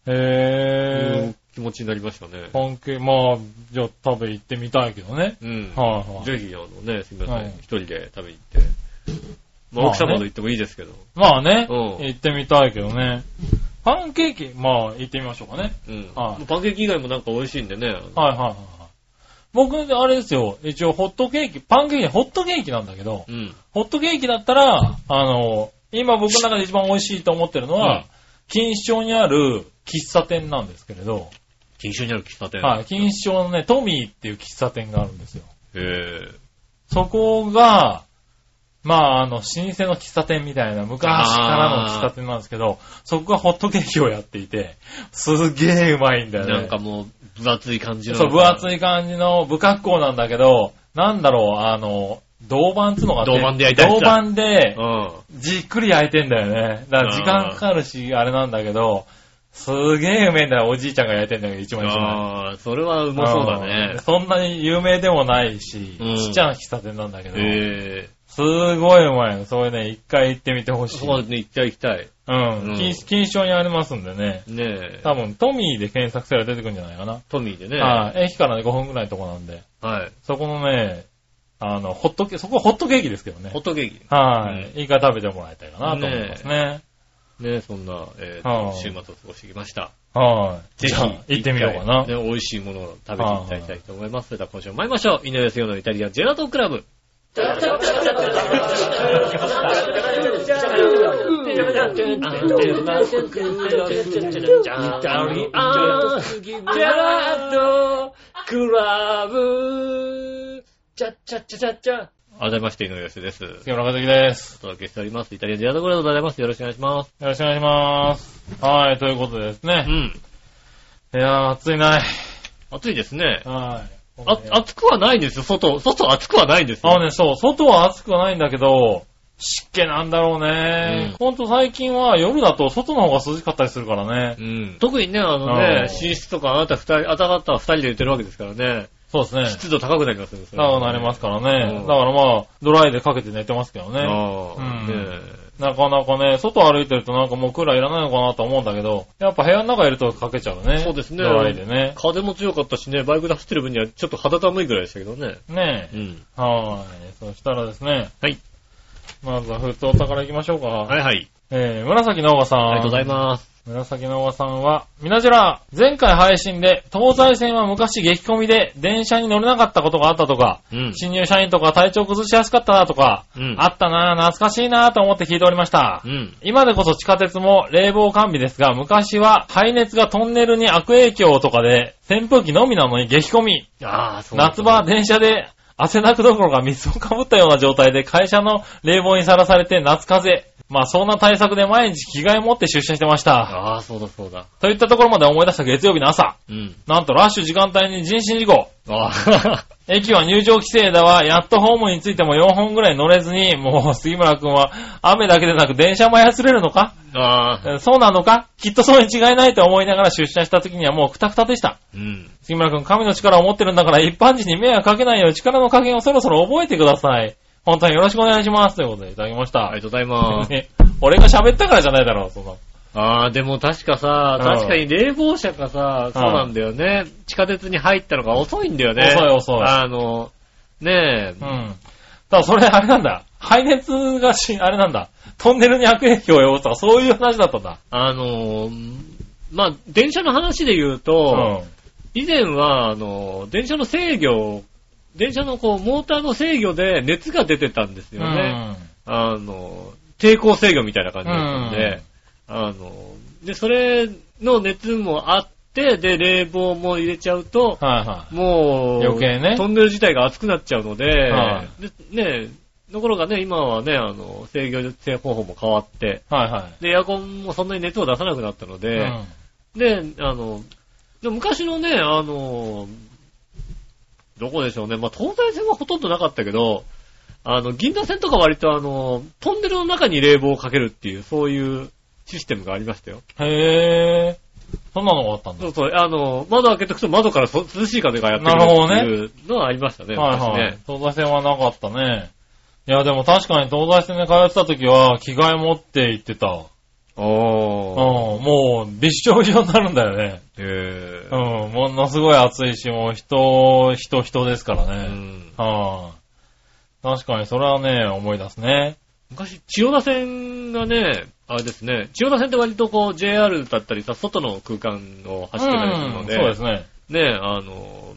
S2: い
S3: へ
S2: う気持ちになりましたね
S3: ー。。パンケーキ、まあ、じゃあ食べ行ってみたいけどね。
S2: うん。
S3: はいはい。
S2: ぜひ、あのね、すみませ
S3: は
S2: ん
S3: い、
S2: 一人で食べに行って。まあ、
S3: まあね
S2: 奥様と行ってもいいですけど。
S3: まあね、
S2: うん
S3: 行ってみたいけどね。パンケーキ、まあ行ってみましょうかね。
S2: うん。
S3: はい
S2: パンケーキ以外もなんか美味しいんでね。
S3: はいはいはいはい。僕、あれですよ、一応ホットケーキ、パンケーキ、ホットケーキなんだけど、
S2: うん。
S3: ホットケーキだったら、あの、今僕の中で一番美味しいと思ってるの
S2: う
S3: は、
S2: ん
S3: 錦糸町にある喫茶店なんですけれど、
S2: 錦糸町にある喫茶店。
S3: はい、錦糸町のね、トミーっていう喫茶店があるんですよ。
S2: へえ。
S3: そこが、まあ、あの、老舗の喫茶店みたいな、昔からの喫茶店なんですけど、そこがホットケーキをやっていて、すげえうまいんだよね。
S2: なんかもう、分厚い感じの。
S3: そう、分厚い感じの、不格好なんだけど、なんだろう、あの、銅板っつうのがあって
S2: 銅板で焼いたやつ
S3: 銅
S2: だ
S3: 板で、
S2: うん。
S3: じっくり焼いてんだよね。だから時間かかるし、あれなんだけど、すげえうめえんだよ、おじいちゃんが焼いてんだけど、一枚一枚。
S2: ああ、それはうまそうだね
S3: ん。そんなに有名でもないし、
S2: うん
S3: ちっちゃな喫茶店なんだけど、
S2: ええ
S3: すごいうまいの。それね、一回行ってみてほしい。
S2: そこまで行っちゃいきたい。
S3: うん。
S2: うん
S3: 金金賞にありますんでね。
S2: ねえ。
S3: 多分、トミーで検索すれば出てくるんじゃないかな。
S2: トミーでね。は
S3: はい。駅からね、5分くらいのとこなんで。
S2: い。
S3: そこのね、あの、ホットケーキ、そこホットケーキですけどね
S2: ホッ。トケーキ。
S3: はい
S2: ね。
S3: 一回食べてもらいたいかなと思いますね。
S2: ねえ、そんな、えー
S3: はあ
S2: 週末を過ごしてきました。
S3: はい。
S2: ぜひ
S3: じゃあ、行ってみようかな。
S2: ね、美味しいものを食べていただきたいと思います。それでは今週も参りましょう。井上杉のイタリアンジェラートクラブ。改めまして、井上杉です。
S3: 杉村和樹です。
S2: お届けしております。イタリアンジェラートクラブでございます。よろしくお願いします。
S3: よろしくお願いします。はい、ということでです
S2: う
S3: ね。
S2: ん。
S3: いやー、暑いな
S2: 暑いですね。
S3: はい。
S2: あ、暑くはないんですよ。外、外暑くはないんです
S3: あの
S2: よ。
S3: ね、そう、外は暑くはないんだけど、湿気なんだろうね。
S2: うん
S3: ほんと最近は夜だと外の方が涼しかったりするからね。
S2: うん。特にね、あの
S3: あ
S2: ね、
S3: ー
S2: 寝室とかあなた二人、あなた方は二人で寝てるわけですからね。
S3: そうですね。
S2: 湿度高くなりますよね。それ
S3: 高くなりますからね。
S2: うん
S3: だからまあ、ドライでかけて寝てますけどね。
S2: ああ、
S3: うん
S2: ね
S3: なかなかね、外歩いてるとなんかもうクーラーいらないのかなと思うんだけど、やっぱ部屋の中いるとかけちゃうね。
S2: そうですね
S3: ドライでね。
S2: 風も強かったしね、バイクで走ってる分にはちょっと肌寒いぐらいでしたけどね。
S3: ねえ。
S2: ん。
S3: はーい。そしたらですね。
S2: はい。
S3: まずはふつお宝行きましょうか。
S2: はいはい。
S3: えー、紫のおばさん。
S2: ありがとうございます。
S3: 紫のおばさんは、みなじら、前回配信で、東西線は昔激混みで電車に乗れなかったことがあったとか、
S2: うん。
S3: 新入社員とか体調崩しやすかったなとか、
S2: うん
S3: あったなぁ、懐かしいなぁと思って聞いておりました。
S2: うん。
S3: 今でこそ地下鉄も冷房完備ですが、昔は排熱がトンネルに悪影響とかで、扇風機のみなのに激混み。
S2: ああ、そうなんだ
S3: 夏場は電車で汗だくどころか水をかぶったような状態で会社の冷房にさらされて夏風邪。まあそんな対策で毎日着替え持って出社してました。
S2: ああ、そうだそうだ。
S3: といったところまで思い出した月曜日の朝。
S2: うん。
S3: なんとラッシュ時間帯に人身事故。
S2: あ あ、
S3: 駅は入場規制だわ。やっとホームについても4本ぐらい乗れずに、もう杉村くんは雨だけでなく電車も操れるのか
S2: ああ、
S3: えそうなのかきっとそうに違いないと思いながら出社した時にはもうクタクタでした。
S2: うん。
S3: 杉村くん、神の力を持ってるんだから、一般人に迷惑かけないよう力の加減をそろそろ覚えてください。本当によろしくお願いします。ということでいただきまし
S2: あり。
S3: た
S2: がとうございます。
S3: ね 俺が喋ったからじゃないだろう、そんな。
S2: ああ、でも確かさ、
S3: うん
S2: 確かに冷房車がさ、そうなんだよね。地下鉄に入ったのが遅いんだよね。
S3: 遅い遅い
S2: あの、ねえ、
S3: うん。ただそれあれなんだ。排熱がし、あれなんだ。トンネルに悪影響を及ぼすとか、そういう話だったんだ。
S2: あの、まあ、電車の話で言う
S3: う
S2: と、
S3: ん。
S2: 以前は、あの、電車の制御、電車のこう、モーターの制御で熱が出てたんですよね。あの、抵抗制御みたいな感じだったんで、あの、で、それの熱もあって、で、冷房も入れちゃうと、
S3: うんはいは
S2: もう、
S3: 余計ね
S2: トンネル自体が熱くなっちゃうので、
S3: は
S2: でね、ところがね、今はね、あの、制御制方法も変わって、
S3: い。はいはい。
S2: で、エアコンもそんなに熱を出さなくなったので、
S3: うん
S2: で、あの、で昔のね、あの、どこでしょうね、まあ、東西線はほとんどなかったけど、あの、銀座線とか割とあの、トンネルの中に冷房をかけるっていう、そういうシステムがありましたよ。
S3: へぇー。そんなのがあったんだ
S2: そ。うそう、あの、窓開けておくと窓からそ涼しい風がやってくるっていうのはありましたね。
S3: はい
S2: 昔
S3: はい
S2: ね。
S3: 東西線はなかったね。いや、でも確かに東西線で通ってた時は、着替え持って行ってた。うん、
S2: おー。
S3: もう、びっしょびしょになるんだよね。
S2: へ
S3: う
S2: ー
S3: ん、ものすごい暑いし、もう人、人、人ですから
S2: う
S3: ね。
S2: ん
S3: はい、確かにそれはね、思い出すね。
S2: 昔、千代田線がね、あれですね、千代田線って割とこう JR だったりさ、外の空間を走ってたりするので、
S3: うんそうですね。
S2: ね、あの、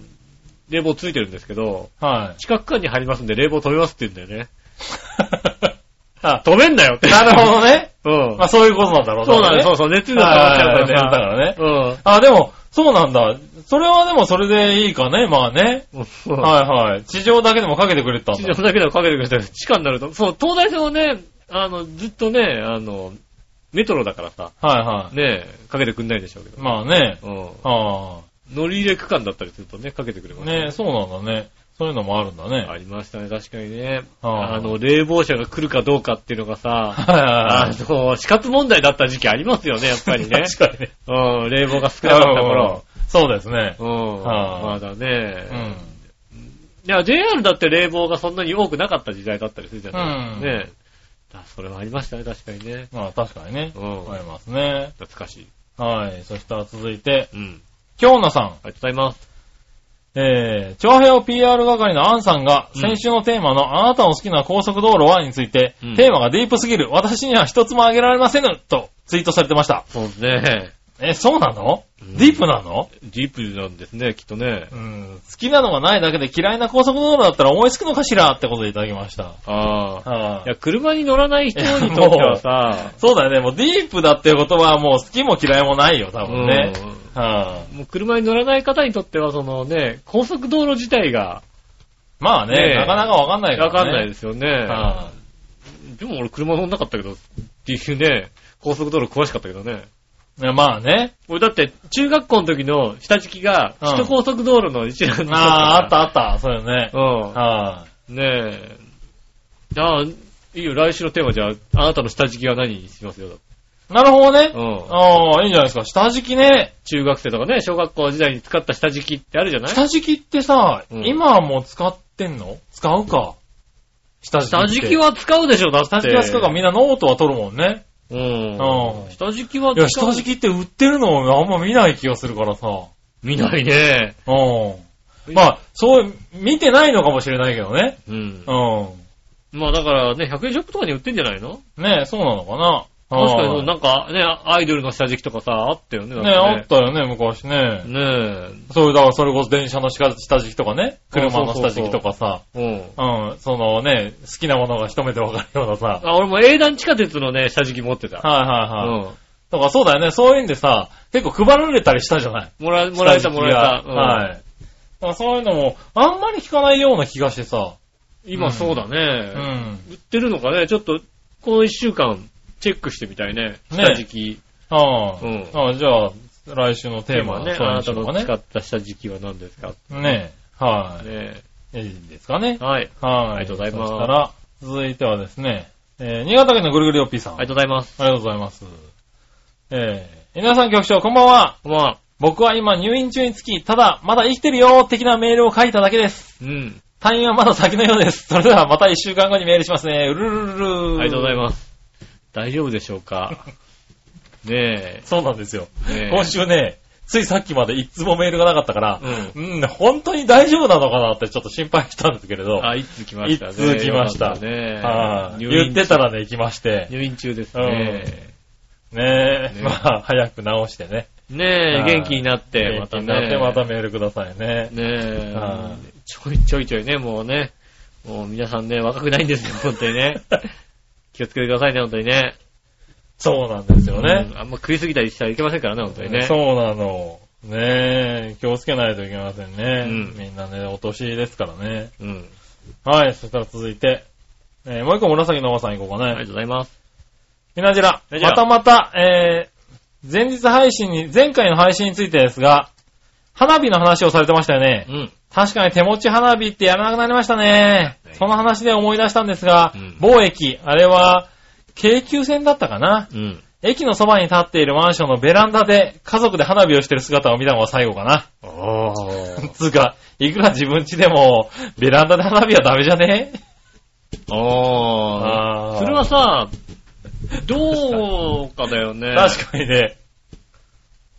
S2: 冷房ついてるんですけど、
S3: はい。
S2: 地下区間に入りますんで冷房止めますって言うんだよね。
S3: あ
S2: 止めんなよって。
S3: なるほどね。
S2: うん
S3: まあ。そういうことなんだろう
S2: そうなんだよ、そううそう、熱
S3: だ
S2: が
S3: か
S2: 変わっちゃう
S3: らね。
S2: か
S3: だからね。
S2: らね。
S3: あ、でも、そうなんだ。それはでもそれでいいかね、まあね。
S2: うん。そう
S3: はいはい。地上だけでもかけてくれてたん
S2: 地
S3: だ
S2: 上。だけでもかけてくれたら地下になると、そう、東大線はね、あの、ずっとね、あの、メトロだからさ、
S3: はいは
S2: ね、かけてくんないでしょうけ
S3: い。
S2: ど。
S3: まあね。
S2: うん。
S3: は
S2: 乗り入れ区間だったりするとね、かけてくれ
S3: あ
S2: ま
S3: ー。
S2: す
S3: ねそうなんだね。そういうのもあるんだね。
S2: ありましたね、確かにね。
S3: あー
S2: あの、冷房車が来るかどうかっていうのがさ、
S3: はい
S2: あ
S3: はい
S2: の、死活問題だった時期ありますよね、やっぱりね
S3: はい。。 確かにね。
S2: うん、冷房が少なかった頃。
S3: そうですね。
S2: うん、
S3: あー
S2: まだ
S3: う
S2: ね。
S3: ん。
S2: いや、JR だって冷房がそんなに多くなかった時代だったりするじゃない
S3: うん
S2: ねえ。あそれはありましたね、確かにね。
S3: まあ確かにね。
S2: うん
S3: ありますね。
S2: 懐かしい。
S3: はい。そしたら続いて、
S2: うん。
S3: 京奈さん。
S2: ありがとうございます。
S3: えー、長平を PR 係のアンさんが、
S2: うん
S3: 先週のテーマの、あなたの好きな高速道路はについて、
S2: うん
S3: テーマがディープすぎる、私には一つも挙げられませぬ、とツイートされてました。
S2: そうですね。
S3: え、そうなの、
S2: うん
S3: ディープなの
S2: ディープなんですね、きっとね。
S3: うん、好きなのがないだけで嫌いな高速道路だったら思いつくのかしらってことでいただきました。
S2: ああ。
S3: はい
S2: いや、車に乗らない人にとってはさ、
S3: そうだよね。もうディープだっていうことはもう好きも嫌いもないよ、多分ね。はあ、
S2: もう車に乗らない方にとっては、そのね、高速道路自体が
S3: まあね
S2: ねえ
S3: なかなかわかんないから
S2: わ
S3: ね。
S2: かんない
S3: で
S2: ですよね。
S3: すは
S2: でも俺車乗んなかったけど、っていうね、高速道路詳しかったけどね。
S3: いいやまあね。
S2: 俺だって中学校の時の下敷きが、
S3: うん
S2: 首都高速道路の一覧だ
S3: ああ、あっ
S2: った
S3: たあった。そうよね。
S2: か
S3: は
S2: ら。うん。ねえ。ああ、いいよ、来週のテーマじゃあ、あなたの下敷きは何にしますよ。
S3: い。なるほどね。
S2: うん。
S3: ああ、いいんじゃないですか。下敷きね。
S2: 中学生とかね、小学校時代に使った下敷きってあるじゃない
S3: 下敷きってさ、
S2: うん
S3: 今はもう使ってんの使うか。下敷きって。
S2: 下敷きは使うでしょ、だって。
S3: 下敷きは使うか。みんなノートは取るもんね。
S2: うん
S3: う。ん
S2: 下敷きはい
S3: や、下敷きって売ってるのをあんま見ない気がするからさ。
S2: 見ないね。
S3: うん。まあ、そう、見てないのかもしれないけどね。
S2: うん。
S3: う
S2: まあだからね、100円ショップとかに売ってんじゃないの
S3: ん。ねえ、そうなのかな。
S2: 確かにそう、
S3: ね
S2: なんかね、アイドルの下敷きとかさ、あったよね。だって
S3: ねえ、あったよね、昔ね。
S2: ね
S3: そういう、だからそれこそ電車の下下敷きとかね、車の
S2: そうそ
S3: 下
S2: うそう
S3: 敷きとかさ、
S2: え。うん。
S3: うん、そのね、好きなものが一目でわかるようなさ。
S2: あ、俺も英断地下鉄のね、下敷き持ってた。
S3: はいはいはい。
S2: うん。
S3: とかそうだよね、そういうんでさ、結構配られたりしたじゃない。
S2: もら、もらえた
S3: 下敷
S2: も
S3: きが
S2: らえた。うん
S3: はい。だからそういうのも、あんまり聞かないような気がしてさ。
S2: 今そうだ
S3: う
S2: ね。
S3: ん。
S2: 売ってるのかね、ちょっと、この一週間、チェックしてみたいね。
S3: ね
S2: 下敷き。
S3: ああ、
S2: うん
S3: ああじゃあ、来週のテ
S2: テ
S3: ー
S2: ー
S3: マ
S2: マ
S3: は
S2: ね。
S3: そう
S2: あ
S3: に
S2: な
S3: しよ
S2: た
S3: うか
S2: の
S3: ね。
S2: 使った下敷きは何ですか
S3: ねえ。はい、
S2: ね
S3: いいですかね。
S2: はい。
S3: はい。
S2: ありがとうございます
S3: そしたら、続いてはですね、えー、新潟県のぐるぐるよっぴーさん。
S2: ありがとうございます。
S3: ありがとうございます。えー、皆さん局長、こんばんは。
S2: まあ、
S3: 僕は今入院中につき、ただ、まだ生きてるよー的なメールを書いただけです。
S2: うん。
S3: 退院はまだ先のようです。それではまた一週間後にメールしますね。うるるるる
S2: ありがとうござい
S3: す。
S2: ます。大丈夫でしょう かね
S3: そうなんですよ。
S2: え。ねえ
S3: 今週ね、ついさっきまで一つもメールがなかったから、
S2: う
S3: うん、本当に大丈夫なのかなってちょっと心配したんですけれど、
S2: あ、一通来ましたね。
S3: 一通来ました
S2: よかったね。
S3: はい
S2: 入
S3: 言
S2: 院
S3: ってたらね、行きまして、
S2: 入院中ですね。
S3: ねえ、
S2: ね
S3: まあ、早く直してね。
S2: ねえ、
S3: はい
S2: 元気になって、また
S3: 元気になって
S2: ね。
S3: またメールくださいね。
S2: ね
S3: は
S2: え、ちょいちょいちょいね、もうね、もう皆さんね、 若くないんですよ、本当にね。気をつけてくださいね、本当にね。
S3: そうなんですよね
S2: う。んあんま食いすぎたりしたらいけませんからね、本当にね。
S3: そうなの。ねえ、気をつけないといけませんね。
S2: うん
S3: みんなね、お年ですからね。
S2: う。ん。
S3: はい、そしたら続いて、えーもう一個紫のおばさん行こうか
S2: あ
S3: ね。
S2: りがとうございます。
S3: ひなじら。
S2: ひなじら
S3: またまた、えー、前日配信に、前回の配信についてですが、花火の話をされてましたよね
S2: う。ん。
S3: 確かに手持ち花火ってやらなくなりましたね
S2: は。い
S3: その話で思い出したんですが、
S2: うん
S3: 某駅、あれは、京急線だったかな。
S2: うん。
S3: 駅のそばに立っているマンションのベランダで家族で花火をしてる姿を見たのが最後か な。
S2: ああ。
S3: つうか、いくら自分家でも、ベランダで花火はダメじゃね
S2: ああ。
S3: あー
S2: それはさ、どうかだよね。
S3: 確かにね。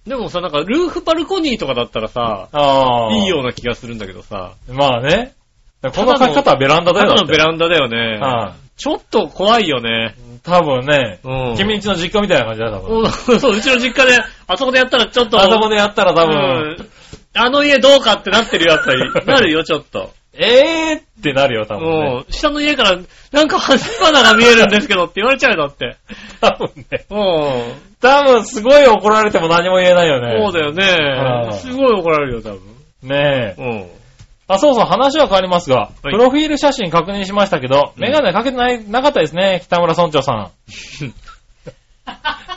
S2: でもさ、なんかルーフバルコニーとかだったらさ、
S3: ああ。
S2: いいような気がするんだけどさ、
S3: まあね。この書き方はベランダ
S2: た
S3: だよ
S2: だ
S3: だ
S2: の
S3: って
S2: ベランダだよね。
S3: は
S2: ちょっと怖いよね。
S3: い。多分ね、
S2: うん
S3: 君んちの実家みたいな感じだよ、多分。
S2: うんそう、うちの実家で、あそこでやったらちょっと、
S3: あそこでやったら多分、
S2: うんあの家どうかってなってるよ、やっぱり。 なるよ、ちょっと。
S3: えーってなるよ、多分
S2: う
S3: ね。
S2: ん。下の家から、なんか端っ花が見えるんですけどって言われちゃうよ、だって。
S3: 多分ね。
S2: うん。
S3: 多分すごい怒られても何も言えないよね。
S2: そうだよ
S3: は
S2: ね
S3: い。
S2: すごい怒られるよ、多分。
S3: ねえ。
S2: うん。
S3: あ、そうそう、話は変わりますが、プ
S2: はい
S3: ロフィール写真確認しましたけど、
S2: うん
S3: メガネかけてない、なかったですね、北村村長さん。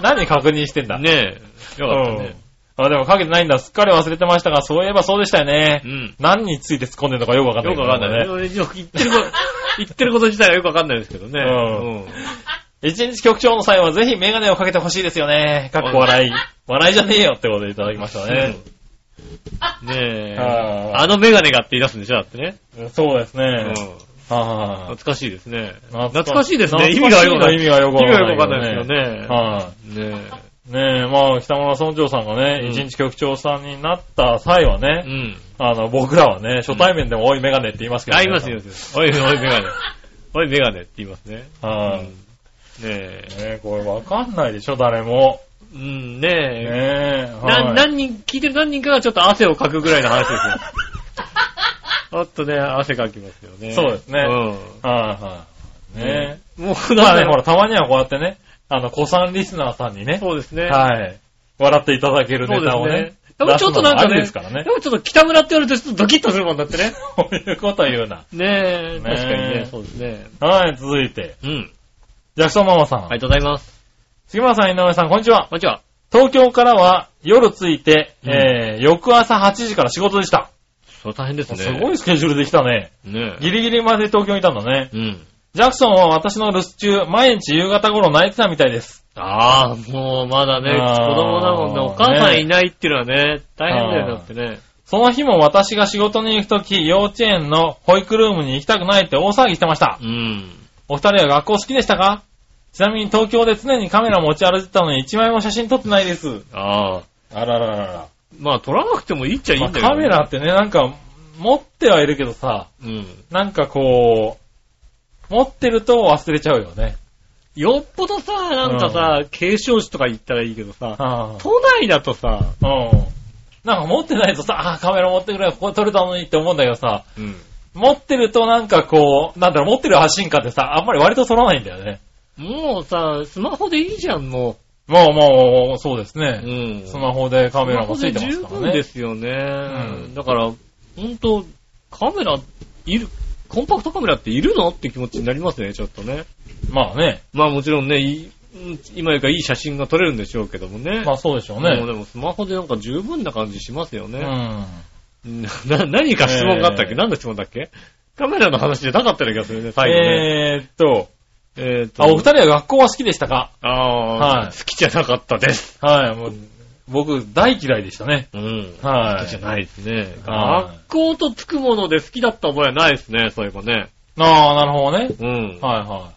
S3: 何確認してんだ。
S2: ねえ。よかったね。
S3: うんあ、でもかけてないんだ。すっかり忘れてましたが、そういえばそうでしたよね
S2: う。ん。
S3: 何について突っ込んでるのかよくわかんな
S2: よ
S3: いけ
S2: く
S3: ど。
S2: わかんないね。言ってること、言ってること自体はよくわかんないですけどね。
S3: うん一日局長の際はぜひメガネをかけてほしいですよね。かっこ笑い。笑いじゃねえよってことでいただきましたね。
S2: うんねえ。
S3: あー
S2: あのメガネがって言い出すんでしょだってね。
S3: そうです
S2: う
S3: ね
S2: ん。
S3: は
S2: 懐かしいですね。
S3: 懐
S2: 懐
S3: か
S2: か
S3: し
S2: し
S3: い
S2: い
S3: で
S2: ですす
S3: ね
S2: ね。意味がよくわかんない。
S3: 意味がよくわかんない
S2: 意味がよくわかんないです
S3: い。
S2: よ
S3: は
S2: ね。ね
S3: い。ねえ、まあ、北村村長さんがね、
S2: うん
S3: 一日局長さんになった際は
S2: え。う
S3: ね、
S2: ん。
S3: あの、僕らはね、初対面でもおいメガネって言いますけど
S2: あ、
S3: ね。
S2: いますよ。おい、おい、メガネ。おい、メガネって言いますね。
S3: はい。
S2: うん
S3: ね
S2: ねえ。
S3: え、これわかんないでしょ、誰も。
S2: うん、
S3: ね
S2: ねえ。
S3: え、は
S2: ない何人、聞いてる何人かがちょっと汗をかくぐらいの話 ですよ。ちょっとね、汗かきますよね。
S3: そうですね
S2: う
S3: はいはい。
S2: ん。
S3: ねえ。
S2: え。もう、
S3: ま
S2: だ
S3: あ
S2: か
S3: ね、
S2: ら
S3: ほら、たまにはこうやってね、あの、子さんリスナーさんにね、
S2: そうですね。
S3: はい。笑っていただける
S2: そ
S3: ネ
S2: うで
S3: タ
S2: す
S3: をね
S2: ね。。でもちょっとなんかね、
S3: 出すのもありですからね
S2: で。もちょっと北村って言われてちょっとドキッとするもんだってね。
S3: こういうこと言うな。
S2: ね
S3: ねえ
S2: え、確かにね、そうですね。
S3: はい、続いて。
S2: うん。
S3: ジャクソンママさん。
S2: ありがとうございます。
S3: 杉村さん、井上さん、こんにちは。
S2: こんにちは。
S3: 東京からは夜着いて、
S2: うん
S3: えー、翌朝8時から仕事でした。
S2: そう大変ですね。
S3: すごいスケジュールできたね。
S2: ねえ。
S3: ギリギリまで東京にいたんだね。
S2: うん。
S3: ジャクソンは私の留守中、毎日夕方頃泣いてたみたいです。
S2: ああ、もうまだね、
S3: あー
S2: 子供だもんね。お母さんいないっていうのはね、大変だよ、
S3: あー
S2: だってね。
S3: その日も私が仕事に行くとき、幼稚園の保育ルームに行きたくないって大騒ぎしてました
S2: う。ん。
S3: お二人は学校好きでしたかちなみに東京で常にカメラ持ち歩いてたのに一枚も写真撮ってないです。
S2: ああ。
S3: あらららら。
S2: まあ、撮らなくてもいいっちゃいいんだけど
S3: カメラってね、なんか、持ってはいるけどさ、
S2: うん。
S3: なんかこう、持ってると忘れちゃうよね。
S2: よっぽどさ、なんかさ、継承士とか言ったらいいけどさ、
S3: ああ
S2: 都内だとさ、
S3: うん。なんか持ってないとさ、あーカメラ持ってくれよ、ここ撮れたのにって思うんだけどさ、
S2: うん。
S3: 持ってるとなんかこう、なんだろう、持ってる発信家ってさ、あんまり割と撮らないんだよね。
S2: もうさ、スマホでいいじゃん、も
S3: まあまあまあまあ、そうです
S2: う。う
S3: ね。
S2: ん。
S3: スマホでカ
S2: カ
S3: メラもついてますからね。
S2: 十分ですよね。
S3: ん
S2: だから、本当カメラ、いる、コンパクトカメラっているのって気持ちになりますね、ちょっとね。
S3: まあね。
S2: まあもちろんね、いいうん今よりかいい写真が撮れるんでしょうけどもね。
S3: まあそうでしょう
S2: もう
S3: ね。
S2: でもスマホでなんか十分な感じしますよ
S3: う
S2: ね。
S3: ん。
S2: な 何か質問があったっけ、
S3: えー
S2: 何の質問だっけカメラの話じゃなかったような気がするね、最後ね。
S3: えーっと、
S2: えーと
S3: あ、お二人は学校は好きでしたか
S2: あー
S3: はい
S2: 好きじゃなかったです。
S3: はい、もう、僕、大嫌いでしたね。
S2: うん。
S3: は
S2: 好
S3: い。
S2: きじゃないですね。
S3: はい
S2: 学校とつくもので好きだった覚えはないですね、そういえばね。
S3: ああ、なるほどね。
S2: うん。
S3: はいは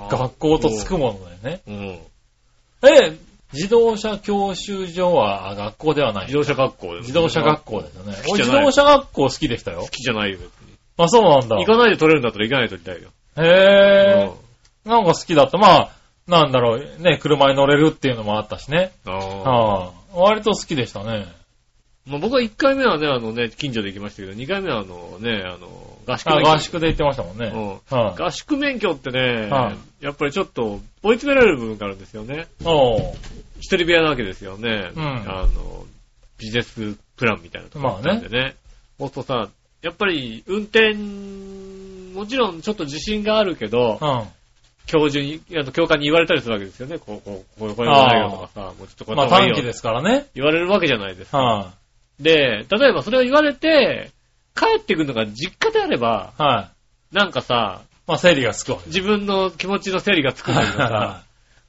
S3: い。学
S2: 学
S3: 校とつくものだよね。
S2: うん。
S3: え、自動車教習所はあ学校ではない
S2: 自。動車学校です。
S3: 自動車学校ですよね。
S2: 好き
S3: 俺
S2: じゃ
S3: 自
S2: ない
S3: 動車学校好きでしたよ
S2: 好。きじゃないよ、別に。
S3: あ、そうなんだ。
S2: 行かないで取れるんだったら行かないと行きたいよ。
S3: へえ
S2: う、ん
S3: なんか好きだった。まあ、なんだろう、ね、車に乗れるっていうのもあったしね。
S2: ああ。
S3: はあ、割と好きでしたね。
S2: まあ僕は1回目はね、あのね、近所で行きましたけど、2回目はあのね、あの、合宿
S3: あ
S2: 免
S3: 合
S2: 許。
S3: 宿で行ってましたもんね。
S2: うん
S3: はい、
S2: 合宿免許ってね
S3: は、
S2: やっぱりちょっと追い詰められる部分があるんですよね。
S3: おう
S2: 一人部屋なわけですよね。
S3: うん
S2: あの、ビジネスプランみたいなところなんでね。そうするとさ、やっぱり運転、もちろんちょっと自信があるけど
S3: う、ん。
S2: 教授に、あの教官に言われたりするわけですよね。こう、こう、こういう声がないよとかさ、もうちょっとこうや
S3: まあ
S2: った方がいい
S3: 短
S2: よ
S3: 期ですからね。
S2: 言われるわけじゃないですか。
S3: は
S2: で、例えばそれを言われて、帰ってくるのが実家であれば、
S3: い、はい、
S2: なんかさ、
S3: まあ整理がつくわけです。
S2: 自分の気持ちの整理がつくんだけどさ
S3: は、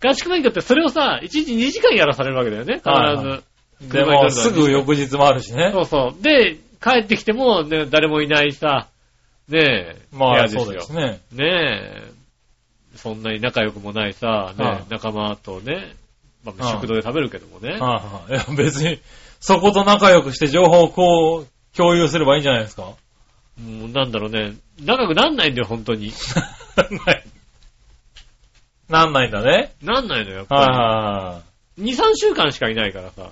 S2: 合宿免許ってそれをさ、1日2時間やらされるわけだよね、必ず。
S3: はで
S2: 車に乗るの
S3: も、
S2: に
S3: すぐ翌日もあるしね
S2: そ。うそう。で、帰ってきても、ね、誰もいないさ、ねえ、部
S3: ま
S2: 屋
S3: あ、そうですね。
S2: ねえ、そんなに仲良くもないさ、ねえ
S3: はい
S2: 仲間とね、まあ
S3: はい
S2: 食堂で食べるけどもね。
S3: はいはいいや、別に、そこと仲良くして情報をこう、共有すればいいんじゃないです か。
S2: もうなんだろうね、仲良くなんないんだよ、本当に。
S3: なんないんだね。
S2: なんないのよ、やっ
S3: はいは
S2: ぱ
S3: いはい。
S2: り。2、3週間しかいないからさ。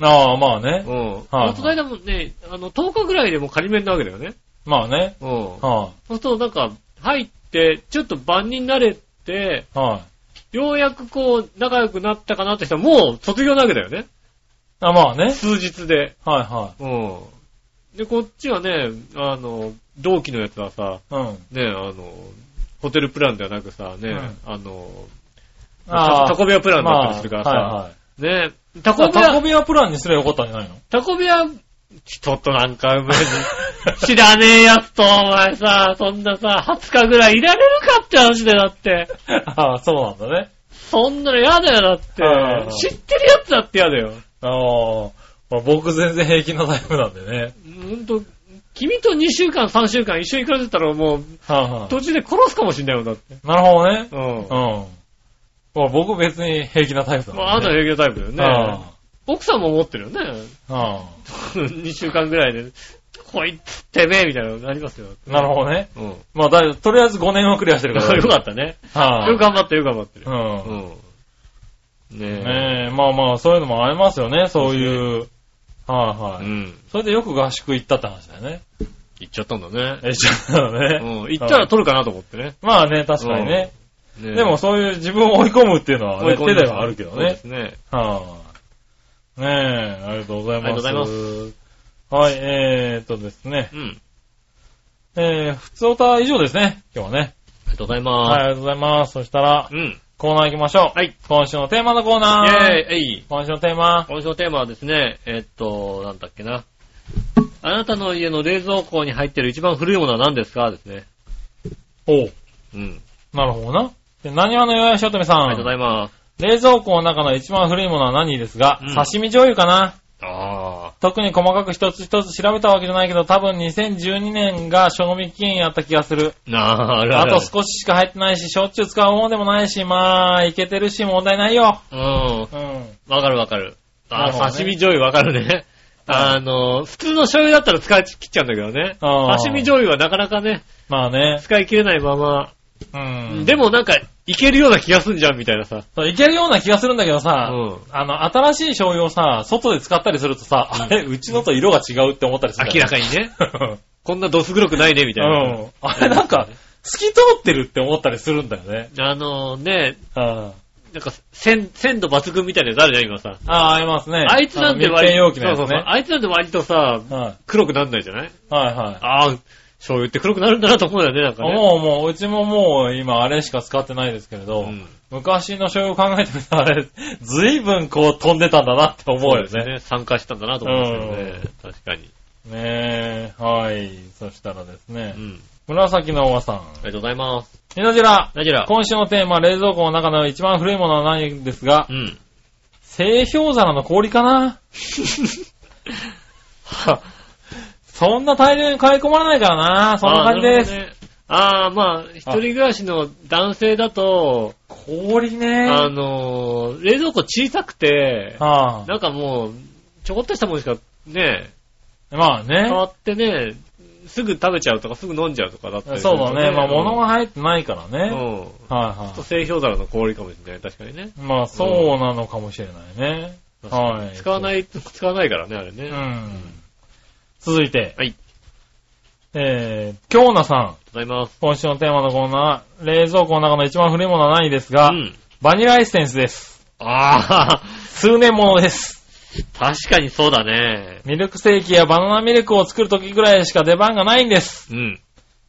S3: ああ、まあ
S2: うん。
S3: ね。
S2: こ
S3: はい
S2: の間もね、あの、10日ぐらいでもう仮面なわけだよね。
S3: まあね。
S2: うん。
S3: は
S2: そうすると、なんか、入って、ちょっと番に慣れて、
S3: い。はい。
S2: ようやくこう、仲良くなったかなって人は、もう卒業なわけだよね。
S3: あ、まあね。
S2: 数日で。
S3: はいは
S2: うん。で、こっちはね、あの、同期のやつはさ、
S3: い。うん。
S2: ね、あの、ホテルプランではなくさ、ね、
S3: うん
S2: あの、
S3: ああ
S2: タコ部屋プランだったりするからさ、
S3: まあはいはい。
S2: ねえ、タコ
S3: タ
S2: 部屋
S3: コ、ビアプランにすればよかったんじゃ ないの
S2: タコ部屋、ちょっとなんか、お前知らねえやつと、お前さ、そんなさ、20日ぐらいいられるかって話でだって。
S3: ああ、そうなんだね。
S2: そんなの嫌だよ、だって
S3: はいはいは。い
S2: 知ってるやつだって嫌だよ。
S3: ああ、まあ、僕全然平気なタイプなんでね。
S2: ほんと、君と2週間、3週間一緒に暮らしてたらもう、
S3: はいはい
S2: 途中で殺すかもしんないもん、だって。
S3: なるほどね。
S2: うん。
S3: うん。まあ、僕別に平気なタイプなんで、
S2: ま
S3: ね。
S2: あ、あなた
S3: ね。
S2: 営業タイプだよね。奥さんも思ってるよね。
S3: ああ
S2: 2週間ぐらいで、こいつ、てめえ、みたいなのありますよ。
S3: なるほ どね。
S2: うん。
S3: まあ、だいとりあえず5年はクリアして る
S2: よ
S3: から。
S2: かったね。
S3: た。はあ、
S2: よく頑張ってる、よく頑張ってる。
S3: う
S2: うん。
S3: ん。
S2: ね
S3: ねえ、まあまあ、そういうのもありますよね、そういう。はい
S2: え。
S3: はい、
S2: うん。
S3: それでよく合宿行ったって話だよね。
S2: 行っちゃったんだね。
S3: え、ちょっと
S2: う
S3: ね。
S2: ん。行ったら取るかなと思ってね。
S3: まあね、確かにね。
S2: ねえ
S3: でも、そういう自分を追い込むっていうのは、
S2: 追い
S3: ね、
S2: 込んで
S3: 手ではあるけど
S2: そうで
S3: ね
S2: す。ね。
S3: はい、ねえ、ありがとうござい
S2: ありが
S3: ます。
S2: とうござ
S3: います。はい、えーっとですね
S2: う。ん。
S3: えー、普通歌以上ですね、今日はね。
S2: ありがとうござい
S3: はい、あ
S2: ま
S3: りがとうございます。そしたら
S2: す。う、ん。
S3: コーナー行きましょう。
S2: はい。
S3: 今週のテーマの
S2: イ
S3: コー
S2: ェー
S3: ナー。
S2: イえい
S3: 今週のテーマ。
S2: 今週のテーマはですね、えっと、なんだっけな。あなたの家の冷蔵庫に入ってる一番古いものは何ですかですね。
S3: おう
S2: うん。
S3: なるほどな。で、何話のよやしおとめさ
S2: ありがとうござい
S3: ん。
S2: ます。
S3: 冷蔵庫の中の一番古いものは何ですが、
S2: うん
S3: 刺身醤油かな。
S2: あ
S3: 特に細かく一つ一つ調べたわけじゃないけど、多分2012年が賞味期限やった気がする。
S2: あ。なあ、
S3: あと
S2: す
S3: 少ししか入ってないし、しょっちゅう使うものでもないし、まあ、いけてるし、問題ないよ。
S2: うん。わ
S3: うん。
S2: かるわかる。
S3: な
S2: あ
S3: るほど
S2: ー
S3: ね
S2: 刺身醤油わかるね。 あの、普通の醤油だったら使い切っちゃうんだけどね。
S3: あー
S2: 刺身醤油はなかなかね、
S3: まあね。
S2: 使い切れないまま。
S3: うん。
S2: でもなんか、いけるような気がすんじゃん、みたいなさ。
S3: そう、いけるような気がするんだけどさ、
S2: うん
S3: あの、新しい醤油をさ、外で使ったりするとさ、あれ、うちのと色が違うって思ったりするんだ
S2: 明ら
S3: よね。
S2: かにね。
S3: 明らか
S2: こんなドス黒くないね、みたいな。
S3: うん。あれ、なんか、透き通ってるって思ったりするんだよね。
S2: あのね、
S3: あ
S2: なんか、鮮、鮮度抜群みたいなやつあるじゃん、今さ。
S3: あ、ありますね。
S2: あいつなんて
S3: あの密
S2: 割
S3: 閉容器の
S2: そ
S3: や
S2: う
S3: つ
S2: そ
S3: ね。
S2: うそう。あいつなんて割とさ、
S3: はい
S2: 黒くなんないじゃない
S3: はいはい。
S2: ああ、醤油って黒くなるんだなと思うよね、なんかね。
S3: もうもう、うちももう今あれしか使ってないですけれど、
S2: うん
S3: 昔の醤油を考えてみたらあれ、ずいぶんこう飛んでたんだなって思うよ
S2: そうです
S3: ね。
S2: ね。参加したんだなと思うんですよね。確かに。
S3: ねえ、はい。そしたらですね、
S2: うん。
S3: 紫のおばさん。
S2: ありがとうございます。
S3: みなじら、
S2: ナジラ。
S3: 今週のテーマ、冷蔵庫の中の一番古いものは何ですが
S2: う、ん。
S3: 製氷皿の氷かな
S2: は、
S3: そんな大量に買い込まれないからな、そんな感じです。
S2: あー。なるほどねああ、まあ、一人暮らしの男性だと、
S3: 氷ね。
S2: あのー、冷蔵庫小さくて、
S3: はあ、
S2: なんかもう、ちょこっとしたものしかね、
S3: まあね
S2: 変。わってね、すぐ食べちゃうとか、すぐ飲んじゃうとかだったりす
S3: そ
S2: る
S3: うだね。まあ物が入ってないから
S2: う
S3: ね。は
S2: ん。
S3: い
S2: ちょ
S3: はい
S2: っと。製氷皿の氷かもしれない。確かにね。
S3: まあ、そうなのかもしれないね。はい。。
S2: 使わないい、使わないからね、あれ
S3: う
S2: ね。
S3: ん。続いて。
S2: はい。
S3: えー、京奈さん。
S2: ございます。
S3: 今週のテーマのコーナー、冷蔵庫の中の一番古いものは何ですが、
S2: うん。
S3: バニラエッセンスです。
S2: ああ、
S3: 数年ものです。
S2: 確かにそうだね。
S3: ミルクセーキやバナナミルクを作る時ぐらいしか出番がないんです。
S2: うん。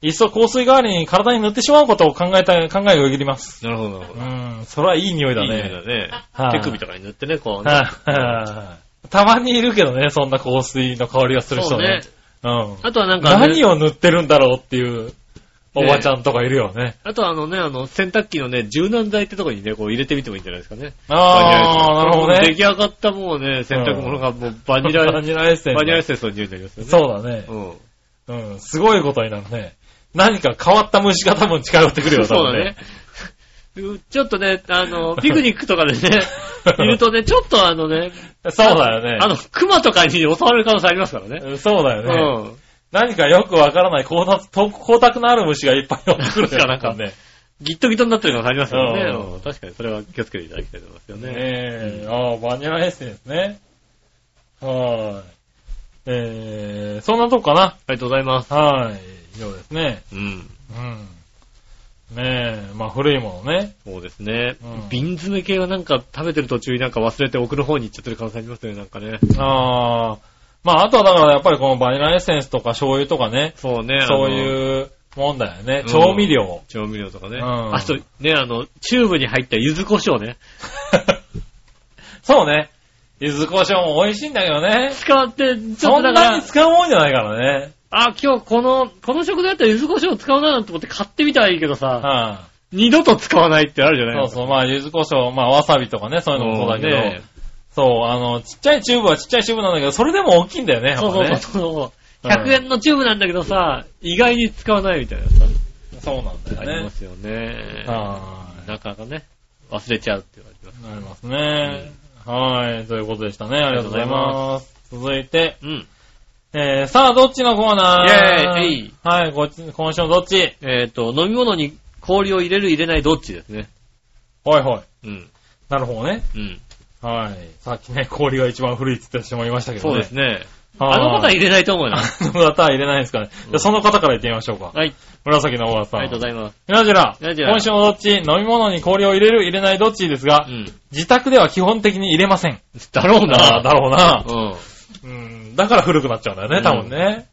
S3: いっそ香水代わりに体に塗ってしまうことを考えた、考えをよぎります。
S2: なるほど、なるほ
S3: う
S2: ど。
S3: ん、それはいい匂いだ
S2: いい
S3: ね。
S2: ね。ね
S3: はい
S2: 手首とかに塗ってね、こうね。
S3: はいたまにいるけどね、そんな香水の香りがする
S2: そ
S3: 人
S2: うね
S3: ね。。うん。
S2: あとはなんか、
S3: 何
S2: を
S3: を塗ってるんだろうっていう、おばちゃんとかいるよね。
S2: あとはあのね、あの、洗濯機のね、柔軟剤ってとこにね、こう入れてみてもいいんじゃないですかね。
S3: ああ、なるほ
S2: も
S3: ど
S2: う出
S3: ね
S2: 来。上がったもうね、洗濯物がもうバニラ、
S3: バ
S2: バ
S3: ニラエッセンス。
S2: ニラエッセンスの匂いになりますよね。
S3: そうだね。
S2: うん。
S3: うん、すごいことになるね。何か変わった虫が多分近寄ってくるよ、多
S2: そうだ
S3: 分
S2: ね。。ちょっとね、あ の、ピクニックとかでね、いるとね、ちょっとあのね、
S3: そうだよね。
S2: あの、熊とかに襲われる可能性ありますからね。
S3: うんそうだ
S2: う
S3: よね。
S2: ん。
S3: 何かよくわからない光沢と光沢のある虫がいっぱい寄ってくるよ、
S2: なんか
S3: ね。
S2: ギットギットになってる可能性ありますからね。
S3: うん
S2: うん確かにそれは気をつけていただきたいと思いますよ
S3: ね
S2: ね。
S3: え、ああ、バニラエッセンスね。はーい。えー、そんなとこか
S2: ありがとうございます。
S3: な。はーい。ようですね。
S2: うん。
S3: うん。ねえ、まあ古いものね。
S2: そうですね
S3: う。ん
S2: 瓶詰め系はなんか食べてる途中になんか忘れて奥の方に行っちゃってる可能性ありますよね、なんかね。
S3: ああ、まああとはだからやっぱりこのバニラエッセンスとか醤油とかね、
S2: そうね。
S3: そう
S2: う。
S3: いうもんだよね
S2: う。ん
S3: 調味料。
S2: 調味料とかね。
S3: うん
S2: あと、ね、あの、チューブに入った柚子胡椒ね。
S3: そうね。柚子胡椒も美味しいんだけどね。
S2: 使って、ちょ
S3: そ
S2: っと
S3: ん
S2: だか
S3: な
S2: ら
S3: に、使うもんじゃないからね。
S2: あ、今日この、この食材だったら柚子胡椒使うなと思って買ってみたらいいけどさ、
S3: は
S2: 二度と使わないってあるじゃ
S3: い。
S2: ない
S3: そうそう、まあ、柚子胡椒、まあ、わさびとかね、そういうのもそうだけど、
S2: もうね
S3: そう、あの、ちっちゃいチューブはちっちゃいチューブなんだけど、それでも大きいんだよね、やっぱ
S2: そうそうそう
S3: ね。
S2: そう。
S3: うん
S2: 100円のチューブなんだけどさ、意外に使わないみたいなさ、
S3: そうなんだ
S2: あ
S3: よ
S2: りま
S3: ね。
S2: すよね。
S3: は
S2: なかなかね、忘れちゃうって言われてます。
S3: い。なりますね。はい。ということでしたね。ありがとうございます。続いて、
S2: うん。
S3: えー、さあ、どっちのコーナー
S2: イェーイえい
S3: はい、こっち、今週のどっち
S2: えっ、と、飲み物に氷を入れる入れないどっちですね。
S3: はいはい。
S2: うん。
S3: なるほどね。
S2: うん。
S3: はい。さっきね、氷が一番古いって言ってしまいましたけどね。
S2: そうですね。
S3: はい
S2: あの方は入れないと思うよ。
S3: あの方は入れないですかね。じゃあその方から言ってみましょうか。
S2: はい。
S3: 紫の小川さん。
S2: ありがとうございます。
S3: みなじら、
S2: みなじら
S3: 今週のどっち、飲み物に氷を入れる入れないどっちですが、
S2: うん。
S3: 自宅では基本的に入れません。
S2: だろう
S3: あ
S2: な。
S3: あ、だろうな。
S2: うん。
S3: うん、だから古くなっちゃうんだよね、多分ね。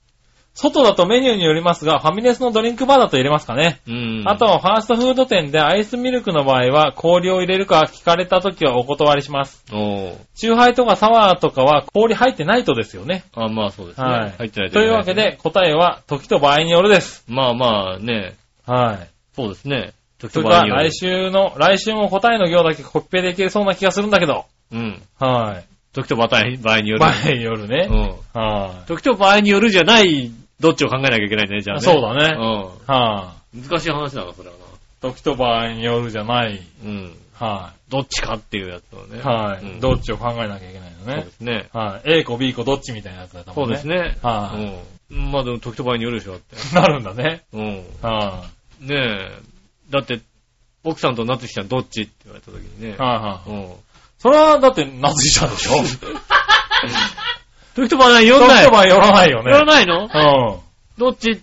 S3: 外だとメニューによりますが、ファミレスのドリンクバーだと入れますかね。
S2: うん。
S3: あとはファーストフード店でアイスミルクの場合は氷を入れるか聞かれた時はお断りします。
S2: おー
S3: チューハイとかサワーとかは氷入ってないとですよね。
S2: あ、まあそうですね。
S3: はい。
S2: 入ってない
S3: というわけで答えは時と場合によるです。
S2: まあまあね、
S3: はい。
S2: そうですね。時
S3: それ
S2: 々
S3: か
S2: 場合による
S3: 来週の、来週も答えの行だけコピペできそうな気がするんだけど。
S2: うん。
S3: は
S2: 時と場合場合による。
S3: い。場合によるね
S2: う。ん。
S3: はい。
S2: 時と場合によるじゃない、どっちを考えなきゃいけないね、じゃあね。
S3: そうだね。
S2: ね。
S3: は
S2: うん。難しい話だな、それはな。
S3: い。時と場合によるじゃない。
S2: うん。
S3: は
S2: どっちかっていうやつをね。
S3: い。は
S2: うん
S3: い。どっちを考えなきゃいけない
S2: そ
S3: の
S2: う
S3: ね
S2: で。すね。
S3: はい。A 子 B 子どっちみたいなやつだと
S2: そう
S3: 思う
S2: で
S3: ね。
S2: すね。
S3: は
S2: うん。まあでも時と場合によるでしょ、だって。
S3: なるんだね。
S2: うん。
S3: は
S2: ねえ。だって、奥さんと夏希ちゃんどっちって言われた時にね
S3: い。。はいは
S2: う
S3: い。
S2: ん。
S3: それは、だって、なずきちゃん でしょ
S2: 時と場合によら
S3: そう
S2: ない。
S3: すれ
S2: よ
S3: ば寄らないよね。
S2: らないの
S3: うん。
S2: どっち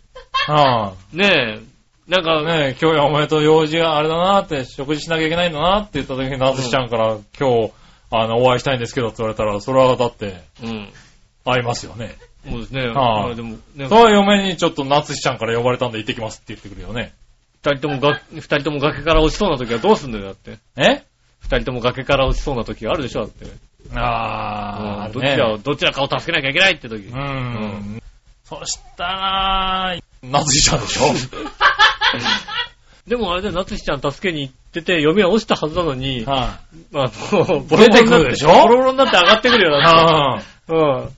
S3: は
S2: ねえ。なん
S3: い。
S2: か、
S3: ねえ、今日はお前と用事があれだなって、食事しなきゃいけないんだなって言った時に、なずきちゃんから、今日、あの、お会いしたいんですけどって言われたら、それはだって、
S2: うん。
S3: 会いますよね。
S2: そうですね。
S3: はい
S2: まあでも、ね、
S3: そう嫁にちょっとなつしちゃんから呼ばれたんで行ってきますって言ってくるよね。
S2: 二人ともが、二人とも崖から落ちそうな時はどうすんだよ、だって。
S3: え
S2: 二人とも崖から落ちそうな時あるでしょ、だって。
S3: あー、
S2: うんど
S3: ね
S2: ちらを、どちらかを助けなきゃいけないって時。
S3: うーん。そしたら、なつしちゃんでしょ
S2: でもあれで夏希ちゃん助けに行ってて、嫁は落ちた はずなのに、
S3: は
S2: あの、ボ
S3: 出てくるでしょ
S2: ボロボロになって上がってくるよ、
S3: い。
S2: だって。
S3: は
S2: うん。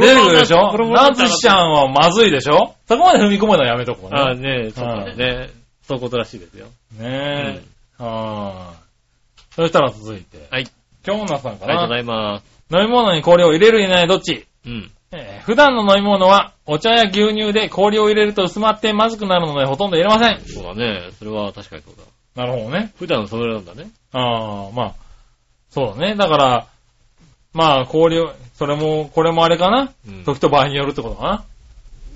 S3: い。出てくるでしょ
S2: ボロボロになっ
S3: な
S2: て上がって
S3: つしちゃんはまずいでしょそこまで踏み込むのはやめとこう
S2: ああ
S3: ね。
S2: ねえ、そうだね。そういうことらしいですよ。
S3: ねえ。はい。そしたら続いて。
S2: はい。
S3: 京奈さん
S2: あ
S3: か
S2: りがとうご
S3: な。
S2: ざいます。
S3: 飲み物に氷を入れる入れないどっち
S2: うん。
S3: えー普段の飲み物はお茶や牛乳で氷を入れると薄まってまずくなるのでほとんど入れません。
S2: そうだね。それは確かにそうだ。
S3: なるほどね。
S2: 普段それなんだね。
S3: ああ、まあ、そうだね。だから、まあ、氷を、それも、これもあれかな、
S2: うん
S3: 時と場合によるってことかな、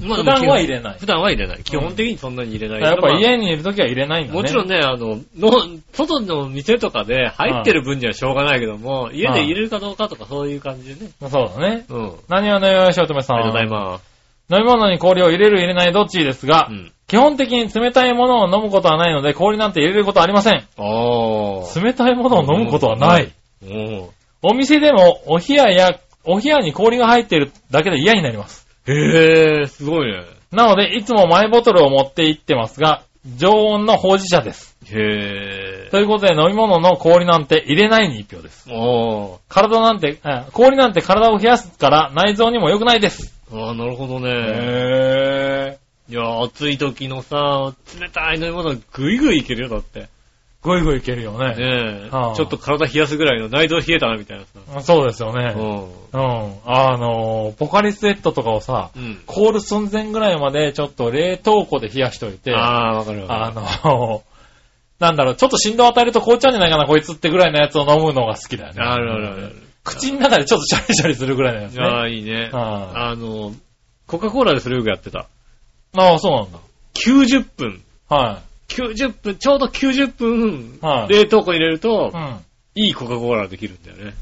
S2: まあ
S3: 普段は入れない
S2: 普段は入れない。基本的にそんなに入れない。
S3: やっぱ
S2: まあ
S3: 家にいるときは入れないんだね。
S2: もちろん
S3: ん。
S2: ね、あの、の、外の店とかで入ってる分にはしょうがないけども、家で入れるかどうかとかそういう感じでね。
S3: そうだね。
S2: うん。
S3: 何はね、よしおとめさん。
S2: ありがとうございます。
S3: 飲み物に氷を入れる入れないどっちですが、
S2: うん。
S3: 基本的に冷たいものを飲むことはないので、氷なんて入れることはありません。
S2: ああ。
S3: 冷たいものを飲むことはない。
S2: お
S3: お店でも、お冷やや、お冷やに氷が入っているだけで嫌になります。
S2: へえ、すごいね。
S3: なので、いつもマイボトルを持って行ってますが、常温のほうじ茶です。
S2: へえ。
S3: ということで、飲み物の氷なんて入れないに一票です。
S2: あ
S3: 体なんて、え氷なんて体を冷やすから内臓にも良くないです。
S2: あ。ああ、なるほどね。
S3: へぇ
S2: い
S3: ー。
S2: や、暑い時のさ、冷たい飲み物ぐいぐいいけるよ、だって。
S3: ぐいぐいいけるよね。
S2: ねえ。
S3: はあ
S2: ちょっと体冷やすぐらいの内臓冷えたな、みたいなさ。
S3: そうですよね
S2: う。ん。
S3: うん。あのー、ポカリスエットとかをさ、
S2: うん。
S3: 凍る寸前ぐらいまでちょっと冷凍庫で冷やしといて、
S2: ああ、わかるわ
S3: あ
S2: か
S3: の、なんだろう、ちょっと振動与えると凍っちゃうんじゃないかな、こいつってぐらいのやつを飲むのが好きだよね。
S2: る。あるあるあるある。
S3: 口の中でちょっとシャリシャリするぐらいのやつね。
S2: ああ、いいね。
S3: は
S2: あの、コカ・コーラでそれよくやってた。
S3: ああ、そうなんだ。
S2: 90分。
S3: は
S2: 90分、ちょうど90分、
S3: はい
S2: 冷凍庫に入れる
S3: い。
S2: と
S3: う、ん。
S2: いいコカ・コーラができるんだよね。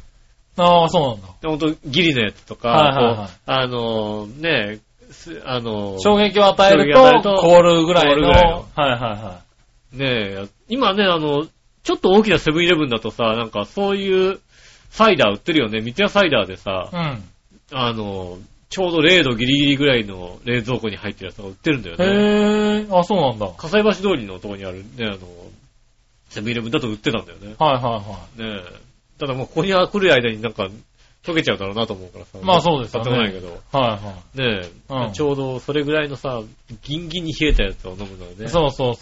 S3: ああ、そうなんだ。
S2: ほんと、ギリのやつとか、
S3: はいはいはい
S2: こうあの、ねすあの、
S3: 衝撃を与える
S2: 衝撃を与える
S3: と
S2: と
S3: 凍るぐらいの。
S2: 凍るぐらいの
S3: はいはいは
S2: ねえ、今ね、あの、ちょっと大きなセブンイレブンだとさ、なんかそういう、サイダー売ってるよね。三ツ矢サイダーでさ、
S3: うん。
S2: あの、ちょうど0度ギリギリぐらいの冷蔵庫に入ってるやつが売ってるんだよね。
S3: へえ、あ、そうなんだ。はい
S2: 火災橋通りのとこにあるね、あの、セブンイレブンだと売ってたんだよね。
S3: はいは
S2: ねえ。ただもうここに来る間になんか溶けちゃうだろうなと思うからさ。
S3: まあそうですよ
S2: 買っ
S3: ね
S2: てこないけど。
S3: い。はいは
S2: ねえ、
S3: うん
S2: ちょうどそれぐらいのさ、ギンギンに冷えたやつを飲むのが
S3: い。
S2: ね、好
S3: そうそう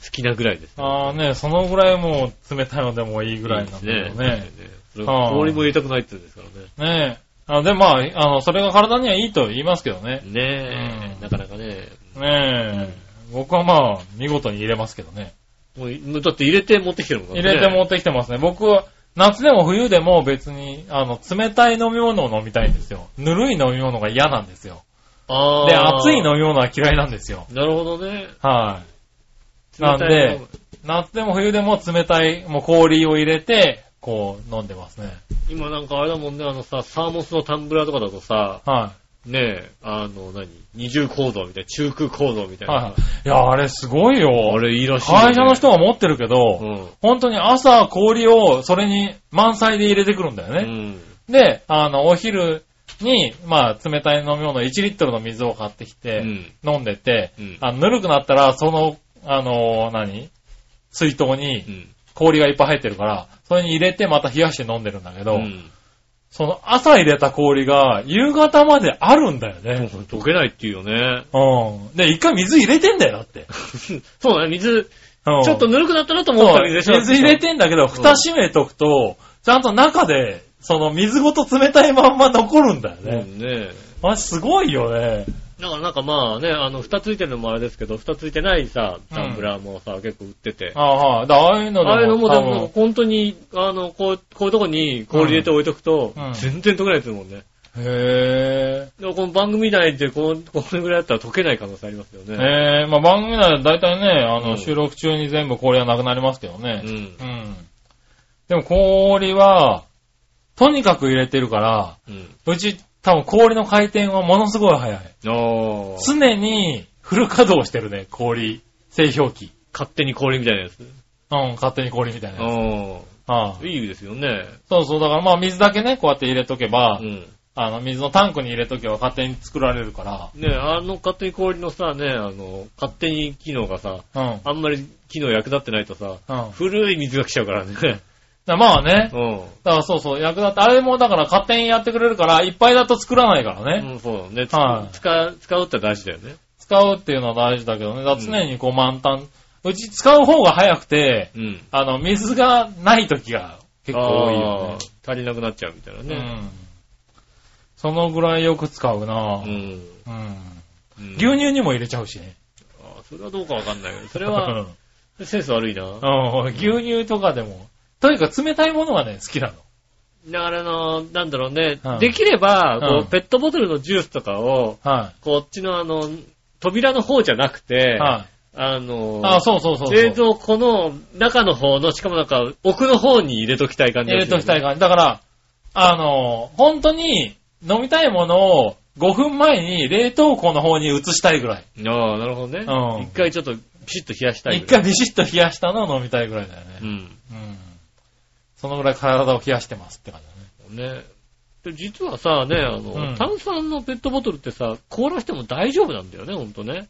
S3: そ
S2: きなぐらいです
S3: う。ああね、そのぐらいもう冷たいのでもいいぐらいなんだけ
S2: いい
S3: ど
S2: です
S3: ね。。
S2: それは
S3: うん
S2: 氷も入れたくないって言うんですからね。
S3: ねえ。あで、まあ、あの、それが体にはいいと言いますけどね。
S2: ねえ、
S3: うん
S2: なかなかね。
S3: ねえ。僕はまあ、見事に入れますけどね。
S2: もういだって入れて持ってきてるもんね。
S3: 入れて持ってきてますね。僕は、夏でも冬でも別に、あの、冷たい飲み物を飲みたいんですよ。ぬるい飲み物が嫌なんですよ。
S2: ああ。
S3: で、熱い飲み物は嫌いなんですよ。
S2: なるほどね。
S3: はい。
S2: 冷たい
S3: なんで夏でも冬でも冷たい、もう氷を入れて、こう、飲んでますね。
S2: 今なんかあれだもんね、あのさ、サーモスのタンブラーとかだとさ、
S3: は
S2: ねえ、あの何、二重構造みたいな、中空構造みた
S3: い。
S2: いな。
S3: はい。いや、あれすごい
S2: あ
S3: よ。
S2: れいいらしいよね、
S3: 会社の人が持ってるけど、
S2: うん。
S3: 本当に朝氷をそれに満載で入れてくるんだよ
S2: う
S3: ね。
S2: ん。
S3: で、あの、お昼に、まあ、冷たい飲み物1リットルの水を買ってき
S2: う
S3: て、
S2: ん。
S3: 飲んでて、
S2: うん
S3: あのぬるくなったら、その、あの、何水筒
S2: う
S3: に
S2: ん。
S3: 氷がいっぱい入ってるから、それに入れてまた冷やして飲んでるんだけど、
S2: うん
S3: その朝入れた氷が夕方まであるんだよね。
S2: 溶けないっていうよね。
S3: うん。で、一回水入れてんだよ、だって。
S2: そうだね、水、
S3: うん
S2: ちょっとぬるくなったなと思った
S3: そ
S2: ら
S3: う
S2: 水でしょ
S3: 水入れてんだけど、蓋閉めとくと、ちゃんと中で、その水ごと冷たいまんま残るんだよ
S2: ね。う
S3: ね。
S2: んね。
S3: あ、すごいよね。
S2: だからなんかまあね、あの、蓋ついてるのもあれですけど、蓋ついてないさ、タンブラーもさ、結構売ってて。
S3: ああ、はい。だああいうのでも。
S2: ああいうのもで
S3: 多
S2: も
S3: 分
S2: なんか本当に、あの、こう、こういうとこに氷入れて置いとくと
S3: うんうん、
S2: 全然溶けないですもんね。
S3: へ
S2: でもこの番組内でこの、これぐらいだったら溶けない可能性ありますよ
S3: え。
S2: ね。
S3: ねえ、まあ番組なら大体ね、あ
S2: うん
S3: の、収録中に全部氷はなくなりますけどね。
S2: うん
S3: う。ん。でも氷は、とにかく入れてるから、
S2: うん。
S3: うち多分氷の回転はものすごい早い。
S2: ああ。
S3: 常にフル稼働してるね、氷。製氷機。
S2: 勝手に氷みたいなやつ。
S3: うん、勝手に氷みたいなやつ。
S2: う
S3: ああ
S2: ん。いいですよね。
S3: そうそう、だからまあ水だけね、こうやって入れとけば、
S2: うん。
S3: あの水のタンクに入れとけば勝手に作られるか
S2: ねあの勝手に氷のさ、ね、あの、勝手に機能がさ、
S3: ら、うん。
S2: あんまり機能役立ってないとさ、
S3: うん。
S2: 古い水が来ちゃうから ね。
S3: だまあね、
S2: うん。
S3: だからそうそう、役立って、あれもだから勝手にやってくれるから、いっぱいだと作らないからね。
S2: うん、そうだね。
S3: はい
S2: 使う、使うって大事だよね。
S3: 使うっていうのは大事だけどね、だから常にこう満タン。うち使う方が早くて、
S2: うん。
S3: あの、水がない時が結構多い
S2: あ
S3: よ
S2: ー足りなくなっちゃうみたいな
S3: ね。
S2: ね。
S3: うん。そのぐらいよく使う
S2: う
S3: な、うん、
S2: ん。うん
S3: 牛乳にも入れちゃうしね。
S2: あーそれはどうかわかんないけど、そ
S3: そ
S2: れ は、センス悪いな。
S3: うん、牛乳とかでも。とにかく冷たいものがね、好きなの。
S2: だからあの、なんだろうね
S3: う、ん
S2: できれば、こ
S3: うん
S2: う、ペットボトルのジュースとかを、
S3: は
S2: こっちのあの、扉の方じゃなく
S3: い。
S2: て、
S3: はい。
S2: あの、
S3: あ、そうそうそうそう。
S2: 冷蔵庫の中の方の、しかもなんか奥の方に入れときたい感じ
S3: 入
S2: が
S3: れ
S2: する
S3: ときたい感じ。だから、あの、本当に飲みたいものを5分前に冷凍庫の方に移したいぐらい。
S2: ああ、なるほどね。
S3: うん
S2: 一回ちょっとピシッと冷やしたい。
S3: 一。回ビシッと冷やしたのを飲みたいぐらいだよ
S2: う
S3: ね。
S2: ん。
S3: うん。そのぐらい体を冷やしてますって感じだね。
S2: ね。で実はさ、ね、あの、
S3: うん
S2: 炭酸のペットボトルってさ、凍らしても大丈夫なんだよね、ほんとね。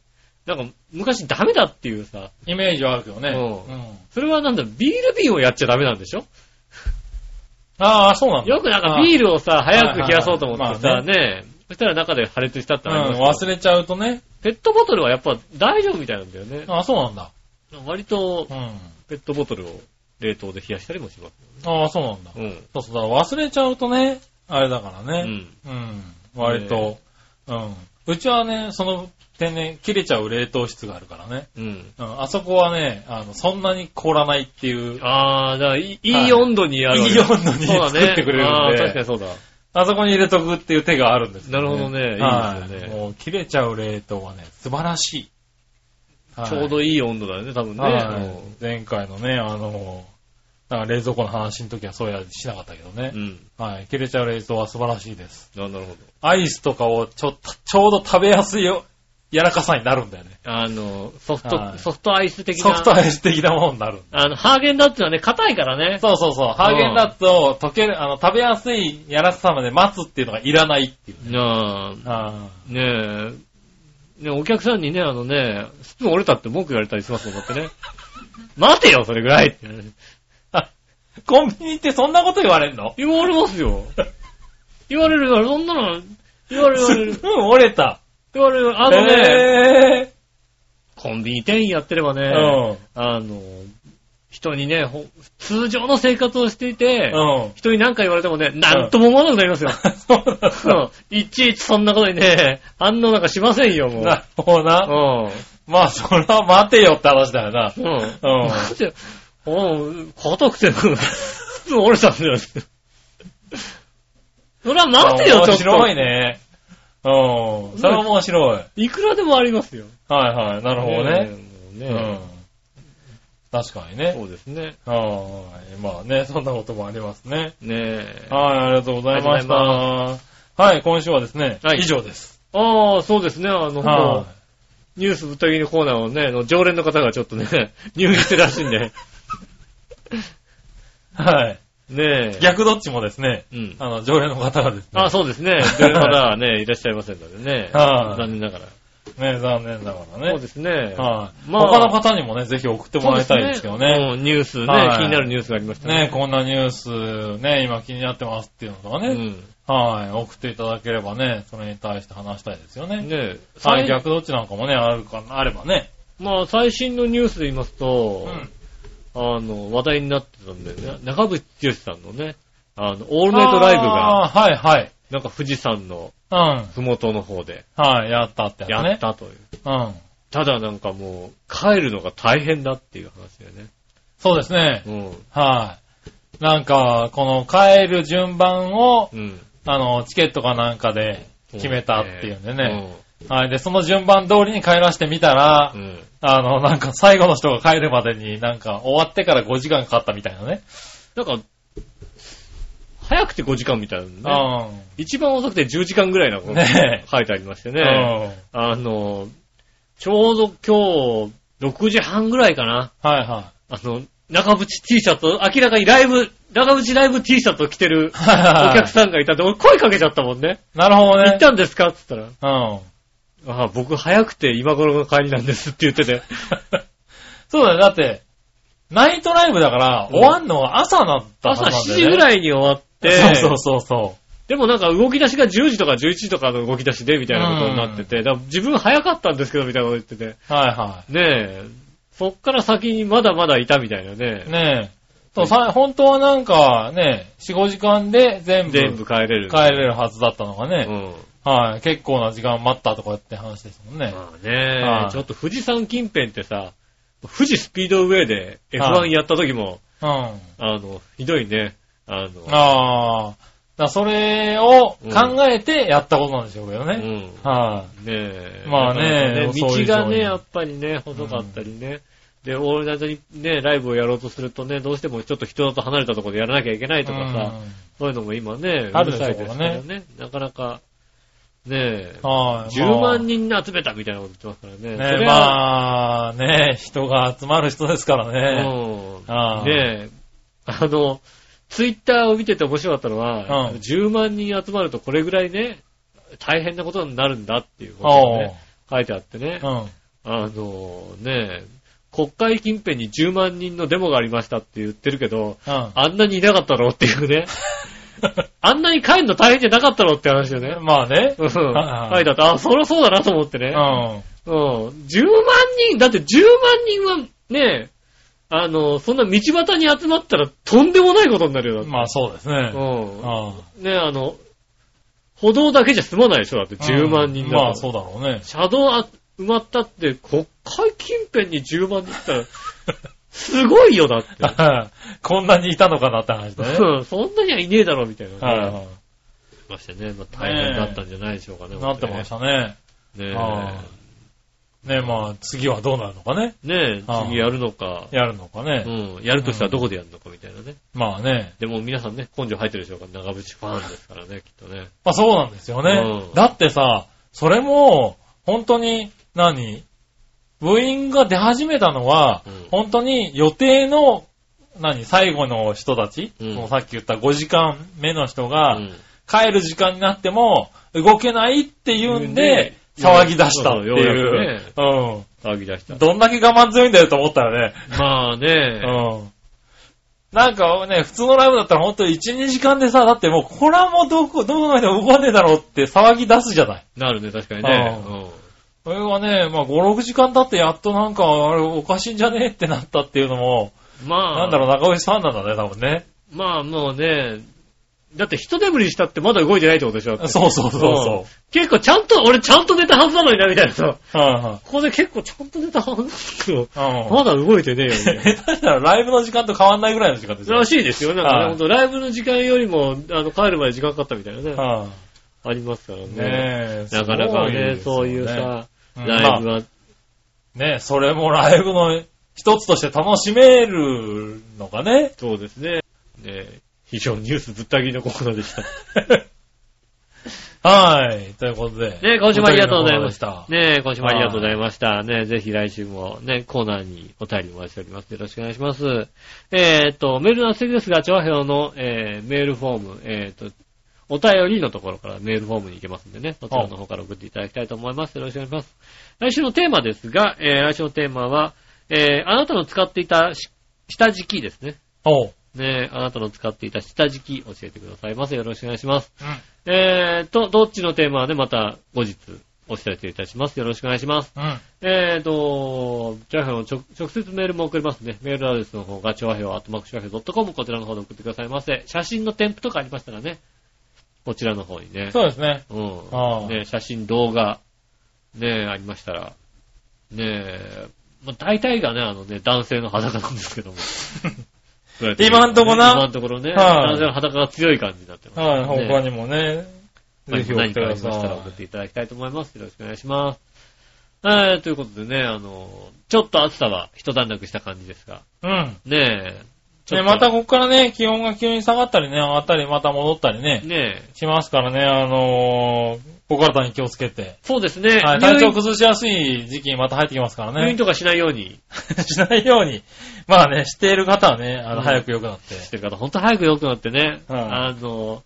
S2: なんか、昔ダメだっていうさ、
S3: イメージはあるけどね。
S2: うん
S3: うん。
S2: それはなんだ、ビール瓶をやっちゃダメなんでしょ
S3: ああ、そうなんだ。
S2: よくなんか
S3: あ
S2: ビールをさ、早く冷やそうと思って
S3: はい
S2: さ、
S3: はい
S2: ね、そしたら中で破裂したってのあ
S3: う
S2: り
S3: ん、
S2: ます
S3: 忘
S2: けど
S3: れちゃうとね。
S2: ペットボトルはやっぱ大丈夫みたいなんだよね。
S3: ああ、そうなんだ。
S2: 割と
S3: うん。
S2: ペットボトルを冷凍で冷やしたりもします。
S3: ああ、そうなんだ。
S2: うん。
S3: そうそう、だから忘れちゃうとね、あれだから
S2: う
S3: ね。
S2: ん。
S3: うん。割と、うん。うちはね、その天然、切れちゃう冷凍室があるからね。
S2: うん。
S3: うん。あそこはね、あの、そんなに凍らないっていう、
S2: ああ、だからいい、
S3: はい
S2: いい温度にあるわけ
S3: いい温度に
S2: そうだね
S3: 作ってくれるんで
S2: ああ、確かにそうだ。
S3: あそこに入れとくっていう手があるんですよ
S2: なるほどねいいですよね
S3: はいもう切れちゃう冷凍はね、素晴らしい。はい
S2: ちょうどいい温度だよね、多分ね。
S3: はい前回のね、あの、だから冷蔵庫の話の時はそうやしなかったけどね
S2: う。ん。
S3: はい。切れちゃう冷凍は素晴らしいです。
S2: あなるほど。
S3: アイスとかをちょっと、ちょうど食べやすいよ柔らかさになるんだよね。
S2: あの、ソフト、
S3: はい
S2: ソフトアイス的
S3: ソ
S2: な。
S3: フトアイス的なものになる。
S2: あの、ハーゲンダッツはね、硬いからね。
S3: そうそうそう。ハーゲンダッツを溶ける、あの、食べやすい柔らかさまで待つっていうのがいらないっていう。
S2: なあ
S3: あ
S2: ねえ、ねお客さんにね、あのね、スプーン折れたって文句言われたりしますもん、だってね。 待てよ、それぐらいって。
S3: あ。コンビニってそんなこと言われんの
S2: 言われますよ。言われるから、そんなの、言われる、言われる、
S3: うん、折れた。
S2: 言われる。あ
S3: あ
S2: のね、
S3: ね、
S2: コンビニ店員やってればね、
S3: うん。
S2: あの、人にね、ほ通常の生活をしていて、
S3: うん。
S2: 人に何か言われてもね、なんとも思わなくなりますよ。
S3: そうだ
S2: うんいちいちそんなことにね、反応なんかしませんよ、もう。
S3: なるほどな。まあ、それは待てよって話だよな。
S2: うん。うん。
S3: うん。
S2: なんで、うん、硬くて、スプーン折れたんだよ。それは待てよ、ちょっと。
S3: 面白いね。うん。それは面白い。
S2: いくらでもありますよ。
S3: はいはい。なるほど
S2: え。
S3: ね。う
S2: もうね
S3: ん。確かに
S2: そ
S3: ね。
S2: うですね。
S3: はい。まあね、そんなこともありますね。
S2: ねえ。
S3: はい、ありがとうございました。
S2: ありが
S3: はい、今週はですね、
S2: はい
S3: 以上です。
S2: ああ、そうですね。あの、
S3: は
S2: ニュースぶった切りのコーナーをね、あの常連の方がちょっとね、 入院してるらしいんで。
S3: い。はい。
S2: ねえ。
S3: 逆どっちもですね、
S2: うん。
S3: あの、常連の方がですね、
S2: あそうです ね。常連の方はね、いらっしゃいませんのでね。
S3: はい
S2: 残念ながら。
S3: ね、残念ながらね。
S2: そうですね。
S3: はい。
S2: まあ
S3: 他の方にもね、ぜひ送ってもらいたいですけどね。
S2: うんニュースね、
S3: はい
S2: 気になるニュースがありました
S3: ね、こんなニュース、ね、今気になってますっていうのとか
S2: う
S3: ね、
S2: ん。
S3: はい、送っていただければね、それに対して話したいですよね。
S2: ね
S3: は
S2: 最
S3: い、逆どっちなんかもね、あるか、あればね。
S2: まあ、最新のニュースで言います
S3: う
S2: と、
S3: ん。
S2: あの、話題になってたんだよね。中渕剛さんのね、あの、オールナイトライブが、
S3: あーはい、はい。
S2: なんか富士山の
S3: うん。
S2: ふもとの方で
S3: はい、やったって
S2: や
S3: つね。
S2: ったという。
S3: うん。
S2: ただなんかもう、帰るのが大変だっていう話だよね。
S3: そうですね。
S2: う
S3: はい。なんか、この帰る順番を、
S2: ん。うん。
S3: あの、チケットかなんかで決めたっていうんでね。
S2: ね。
S3: はい。で、その順番通りに帰らせてみたら、
S2: うん。うん
S3: あの、なんか最後の人が帰るまでになんか終わってから5時間かかったみたいなね。
S2: なんか、早くて5時間みたいなのね。
S3: う
S2: 一番遅くて10時間ぐらいなこと
S3: ん。
S2: が
S3: ね
S2: 書いてありまして
S3: え。
S2: ね。あの、ちょうど今日、6時半ぐらいかな。
S3: うん。はいは
S2: あの、中渕 T シャツ、明らかにライブ、中渕ライブ T シャツを着てる
S3: い。はい
S2: お
S3: はいは
S2: 客さんがいたんで、俺声かけちゃったもんね。
S3: い。なるほど
S2: 行
S3: ね
S2: っ。たんですかって言っ
S3: うん。
S2: たら、あ僕早くて今頃の帰りなんですって言 ってて。
S3: そうだよ。だって、ナイトライブだから
S2: うん
S3: 終わんのは朝だったはず
S2: 朝
S3: なんだよ、ね。
S2: 7時ぐ
S3: い
S2: らいに終わって、
S3: そうそうそうそう。
S2: でもなんか動き出しが10時とか11時とかの動き出しでみたいなことになってて、だから自分早かったんですけどみたいなこと言ってて、
S3: はいはい。
S2: ねえ、そっから先にまだまだいたみたいなね、
S3: ねえ。そうさ本当はなんかね、4、5時間で全部
S2: 全
S3: 帰
S2: 部帰れる。
S3: れるはずだったのが
S2: う
S3: ね、
S2: ん。
S3: はい、結構な時間待ったとかって話ですもんね。
S2: まあね、
S3: はい
S2: ちょっと富士山近辺ってさ、富士スピードウェイで
S3: は
S2: F1
S3: い
S2: やった時も、
S3: うん。あ
S2: あの、ひどいね、あの、
S3: あー。だからそれを考えてやったことなんでしょうけど
S2: う
S3: ね。
S2: ん。
S3: は
S2: ねえ。
S3: まあね
S2: なかなか
S3: そうい
S2: ね
S3: う
S2: 道が
S3: そうい
S2: ね、
S3: う
S2: やっぱりね、細かったりね。で、オールナイトにね、ライブをやろうとするとね、どうしてもちょっと人と離れたところでやらなきゃいけない
S3: い。
S2: とか
S3: うん
S2: さ、そういうのも今ね、
S3: あるでしょう
S2: う
S3: ね
S2: るさいですからね。なかなか、ねえ、
S3: はい。
S2: 10万
S3: 人。
S2: 人集めたみたいなこと言ってますからね。そ
S3: ね
S2: れは
S3: まあ、ね人が集まる人ですからね。
S2: うん
S3: ああ
S2: ねえ、あの、ツイッターを見てて面白かったのは、
S3: うん
S2: 10万人集まるとこれぐらいね、大変なことになるんだっていうこと
S3: お
S2: が
S3: う
S2: ね、書いてあってね、
S3: うん。
S2: あのねえ、国会近辺に10万人のデモがありましたって言ってるけど、
S3: う
S2: あんなにいなかったろっていう ね、あんなに帰るの大変じゃなかったろって話よね
S3: ん。。まあね。
S2: うん。書い
S3: はい
S2: てあって、あ、そりゃそうだなと思ってね。
S3: うん。
S2: うん。10万人、だって10万人はね、あの、そんな道端に集まったらとんでもないことになるよ、だって。
S3: まあそうですね。
S2: う
S3: うん
S2: ん。ね、あの、歩道だけじゃ済まないでしょ、だって10万人だと。
S3: まあそうだろうね。
S2: 車道あ埋まったって、国会近辺に10万人って言ったら、すごいよ、だっ て。
S3: こんなにいたのかなって話だね。
S2: うん そんなにはいねえだろ、みたいな。
S3: はい
S2: 言っ
S3: は
S2: てましてね。まあ、大変だったんじゃないでしょうかね。
S3: い。なってましたね。
S2: ね
S3: はねまあ次はどうなるのかね。
S2: え。ねえ、
S3: はい
S2: 次やるのか。
S3: やるのか
S2: う
S3: ね。
S2: ん。やるとしたらどこでやるのかみたいなね。
S3: まあね。
S2: でも皆さんね、根性入ってるでしょうから、長渕ファンですからね、きっとね。
S3: まあそうなんですよね
S2: う。ん
S3: だってさ、それも、本当に、何部員が出始めたのは、
S2: うん
S3: 本当に予定の、何最後の人たち、
S2: うん
S3: もうさっき言った5時間目の人が、
S2: うん
S3: 帰る時間になっても、動けないって言うんで
S2: ね、
S3: 騒ぎ出した
S2: そうそ
S3: って
S2: うよう
S3: い
S2: や
S3: う。う
S2: 騒ぎ出した
S3: ん。。どんだけ我慢強いんだよと思ったよね。
S2: まあね、
S3: うん。なんかね、普通のライブだったら本当1、2時間でさ、だってもう、これはもうどこ、どこまでも動かねえだろうって騒ぎ出すじゃない。
S2: なるね、確かにね。
S3: う
S2: うん
S3: それがね、まあ5、6時間経ってやっとなんか、あれおかしいんじゃねえってなったっていうのも、
S2: まあ、
S3: なんだろう、中内さんなんだね、多分ね。
S2: まあもうね、だって一眠りしたってまだ動いてないってことでしょだって
S3: そうそうそうそ
S2: 結構ちゃんと、俺ちゃんと寝たはずなのにな、みたいなさ。
S3: う。は
S2: ここで結構ちゃんと寝たはずなんだけど、
S3: いはい。うん。
S2: まだ動いてねえよ、みたい な。
S3: 下手したらライブの時間と変わんないぐらいの時間ですよ
S2: ら。しいですよ。なんかね、
S3: はい
S2: ほんとライブの時間よりも、あの、帰るまで時間かかったみたいなね。
S3: うん。
S2: ありますからね。
S3: ねえ。
S2: なかなかね、
S3: す
S2: そ
S3: ご
S2: うい
S3: ですよ
S2: う
S3: ね、
S2: さ、
S3: うん
S2: ライブは、
S3: まあねえ、それもライブの一つとして楽しめるのがね。
S2: そうですね。ね非常にニュースぶった切りのコーナーでした。
S3: はい。ということで。
S2: ね今週もありがとうございまし
S3: お
S2: た。
S3: 便り
S2: ね今週もありがとうございました。ねぜひ来週もね、コーナーにお便りお待ちしております。よろしくお願いします。えっ、と、メールの宛先ですが、長編の、えーメールフォーム、えっ、と、お便りのところからメールフォームに行けますんでね、そちらの方から送っていただきたいと思います。よろしくお願いします。来週のテーマですが、えー来週のテーマは、えーあなたの使っていたし下敷きですね。
S3: おう。
S2: ねあなたの使っていた下敷き教えてくださいませ。よろしくお願いします。
S3: うん。
S2: えーと、どっちのテーマはね、また後日お伝えいたします。よろしくお願いします。
S3: うん。
S2: えーと、チャーハンを直直接メールも送りますね。メールアドレスの方が、チョアヘア、アットマークチョアヘア .com、こちらの方で送ってくださいませ。写真の添付とかありましたらね、こちらの方にね。
S3: そうですね。
S2: う
S3: あ
S2: ん。
S3: あ
S2: ね、写真、動画、ね、ありましたら、ね、まあ、大体がね、あのね、男性の裸なんですけ ども。
S3: 今んとこな
S2: 今のところね、
S3: はい
S2: 男性の裸が強い感じになってます、ね。
S3: はい。他にもね。ぜひ送っ
S2: 何
S3: て
S2: か
S3: く
S2: あ
S3: だ
S2: りましたら送っ
S3: さ
S2: ていただきたいと思います。よろしくお願いします。えー、ということでね、あの、ちょっと暑さは一段落した感じですが、
S3: い。うん。
S2: ねえ、ちょ
S3: ね、
S2: っと
S3: またここからね、気温が急に下がったりね、上がったり、また戻ったりね、
S2: ねえ、
S3: しますからね、あのー、お体に気をつけて。
S2: そうですね、
S3: はい、体
S2: 入
S3: 調
S2: 院
S3: 崩しやすい時期にまた入ってきますから
S2: 入院
S3: ね。
S2: とかしないように
S3: しないように。まあね、している方はね、あ
S2: うん
S3: の、早く良くなって。
S2: してる方、ほんと早く良くなってね、
S3: うん
S2: あの、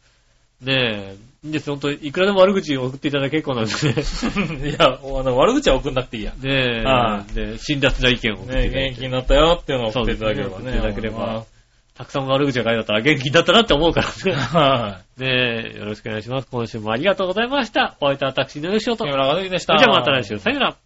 S2: ねえ、いいんですよ、ほんと、いくらでも悪口を送っていただけ結構なんです ね。
S3: いや、あの、悪口は送んなくていいや。
S2: ねえ、
S3: は
S2: で辛辣な意見を送って
S3: ね、
S2: いただい
S3: 元
S2: て
S3: 気になったよっていうのを送っていただけれ
S2: そ
S3: ば
S2: うですね送っ
S3: ね。
S2: ていただければ
S3: あの。
S2: たくさん悪口が書いてあったら元気になったなって思うからね。
S3: は
S2: ねえ、よろしくお願いします。今週もありがとうございました。お相手は私、ぬるしお
S3: い。
S2: と。
S3: 木
S2: それ
S3: 村和之でした。
S2: じゃあまた来週。さよなら。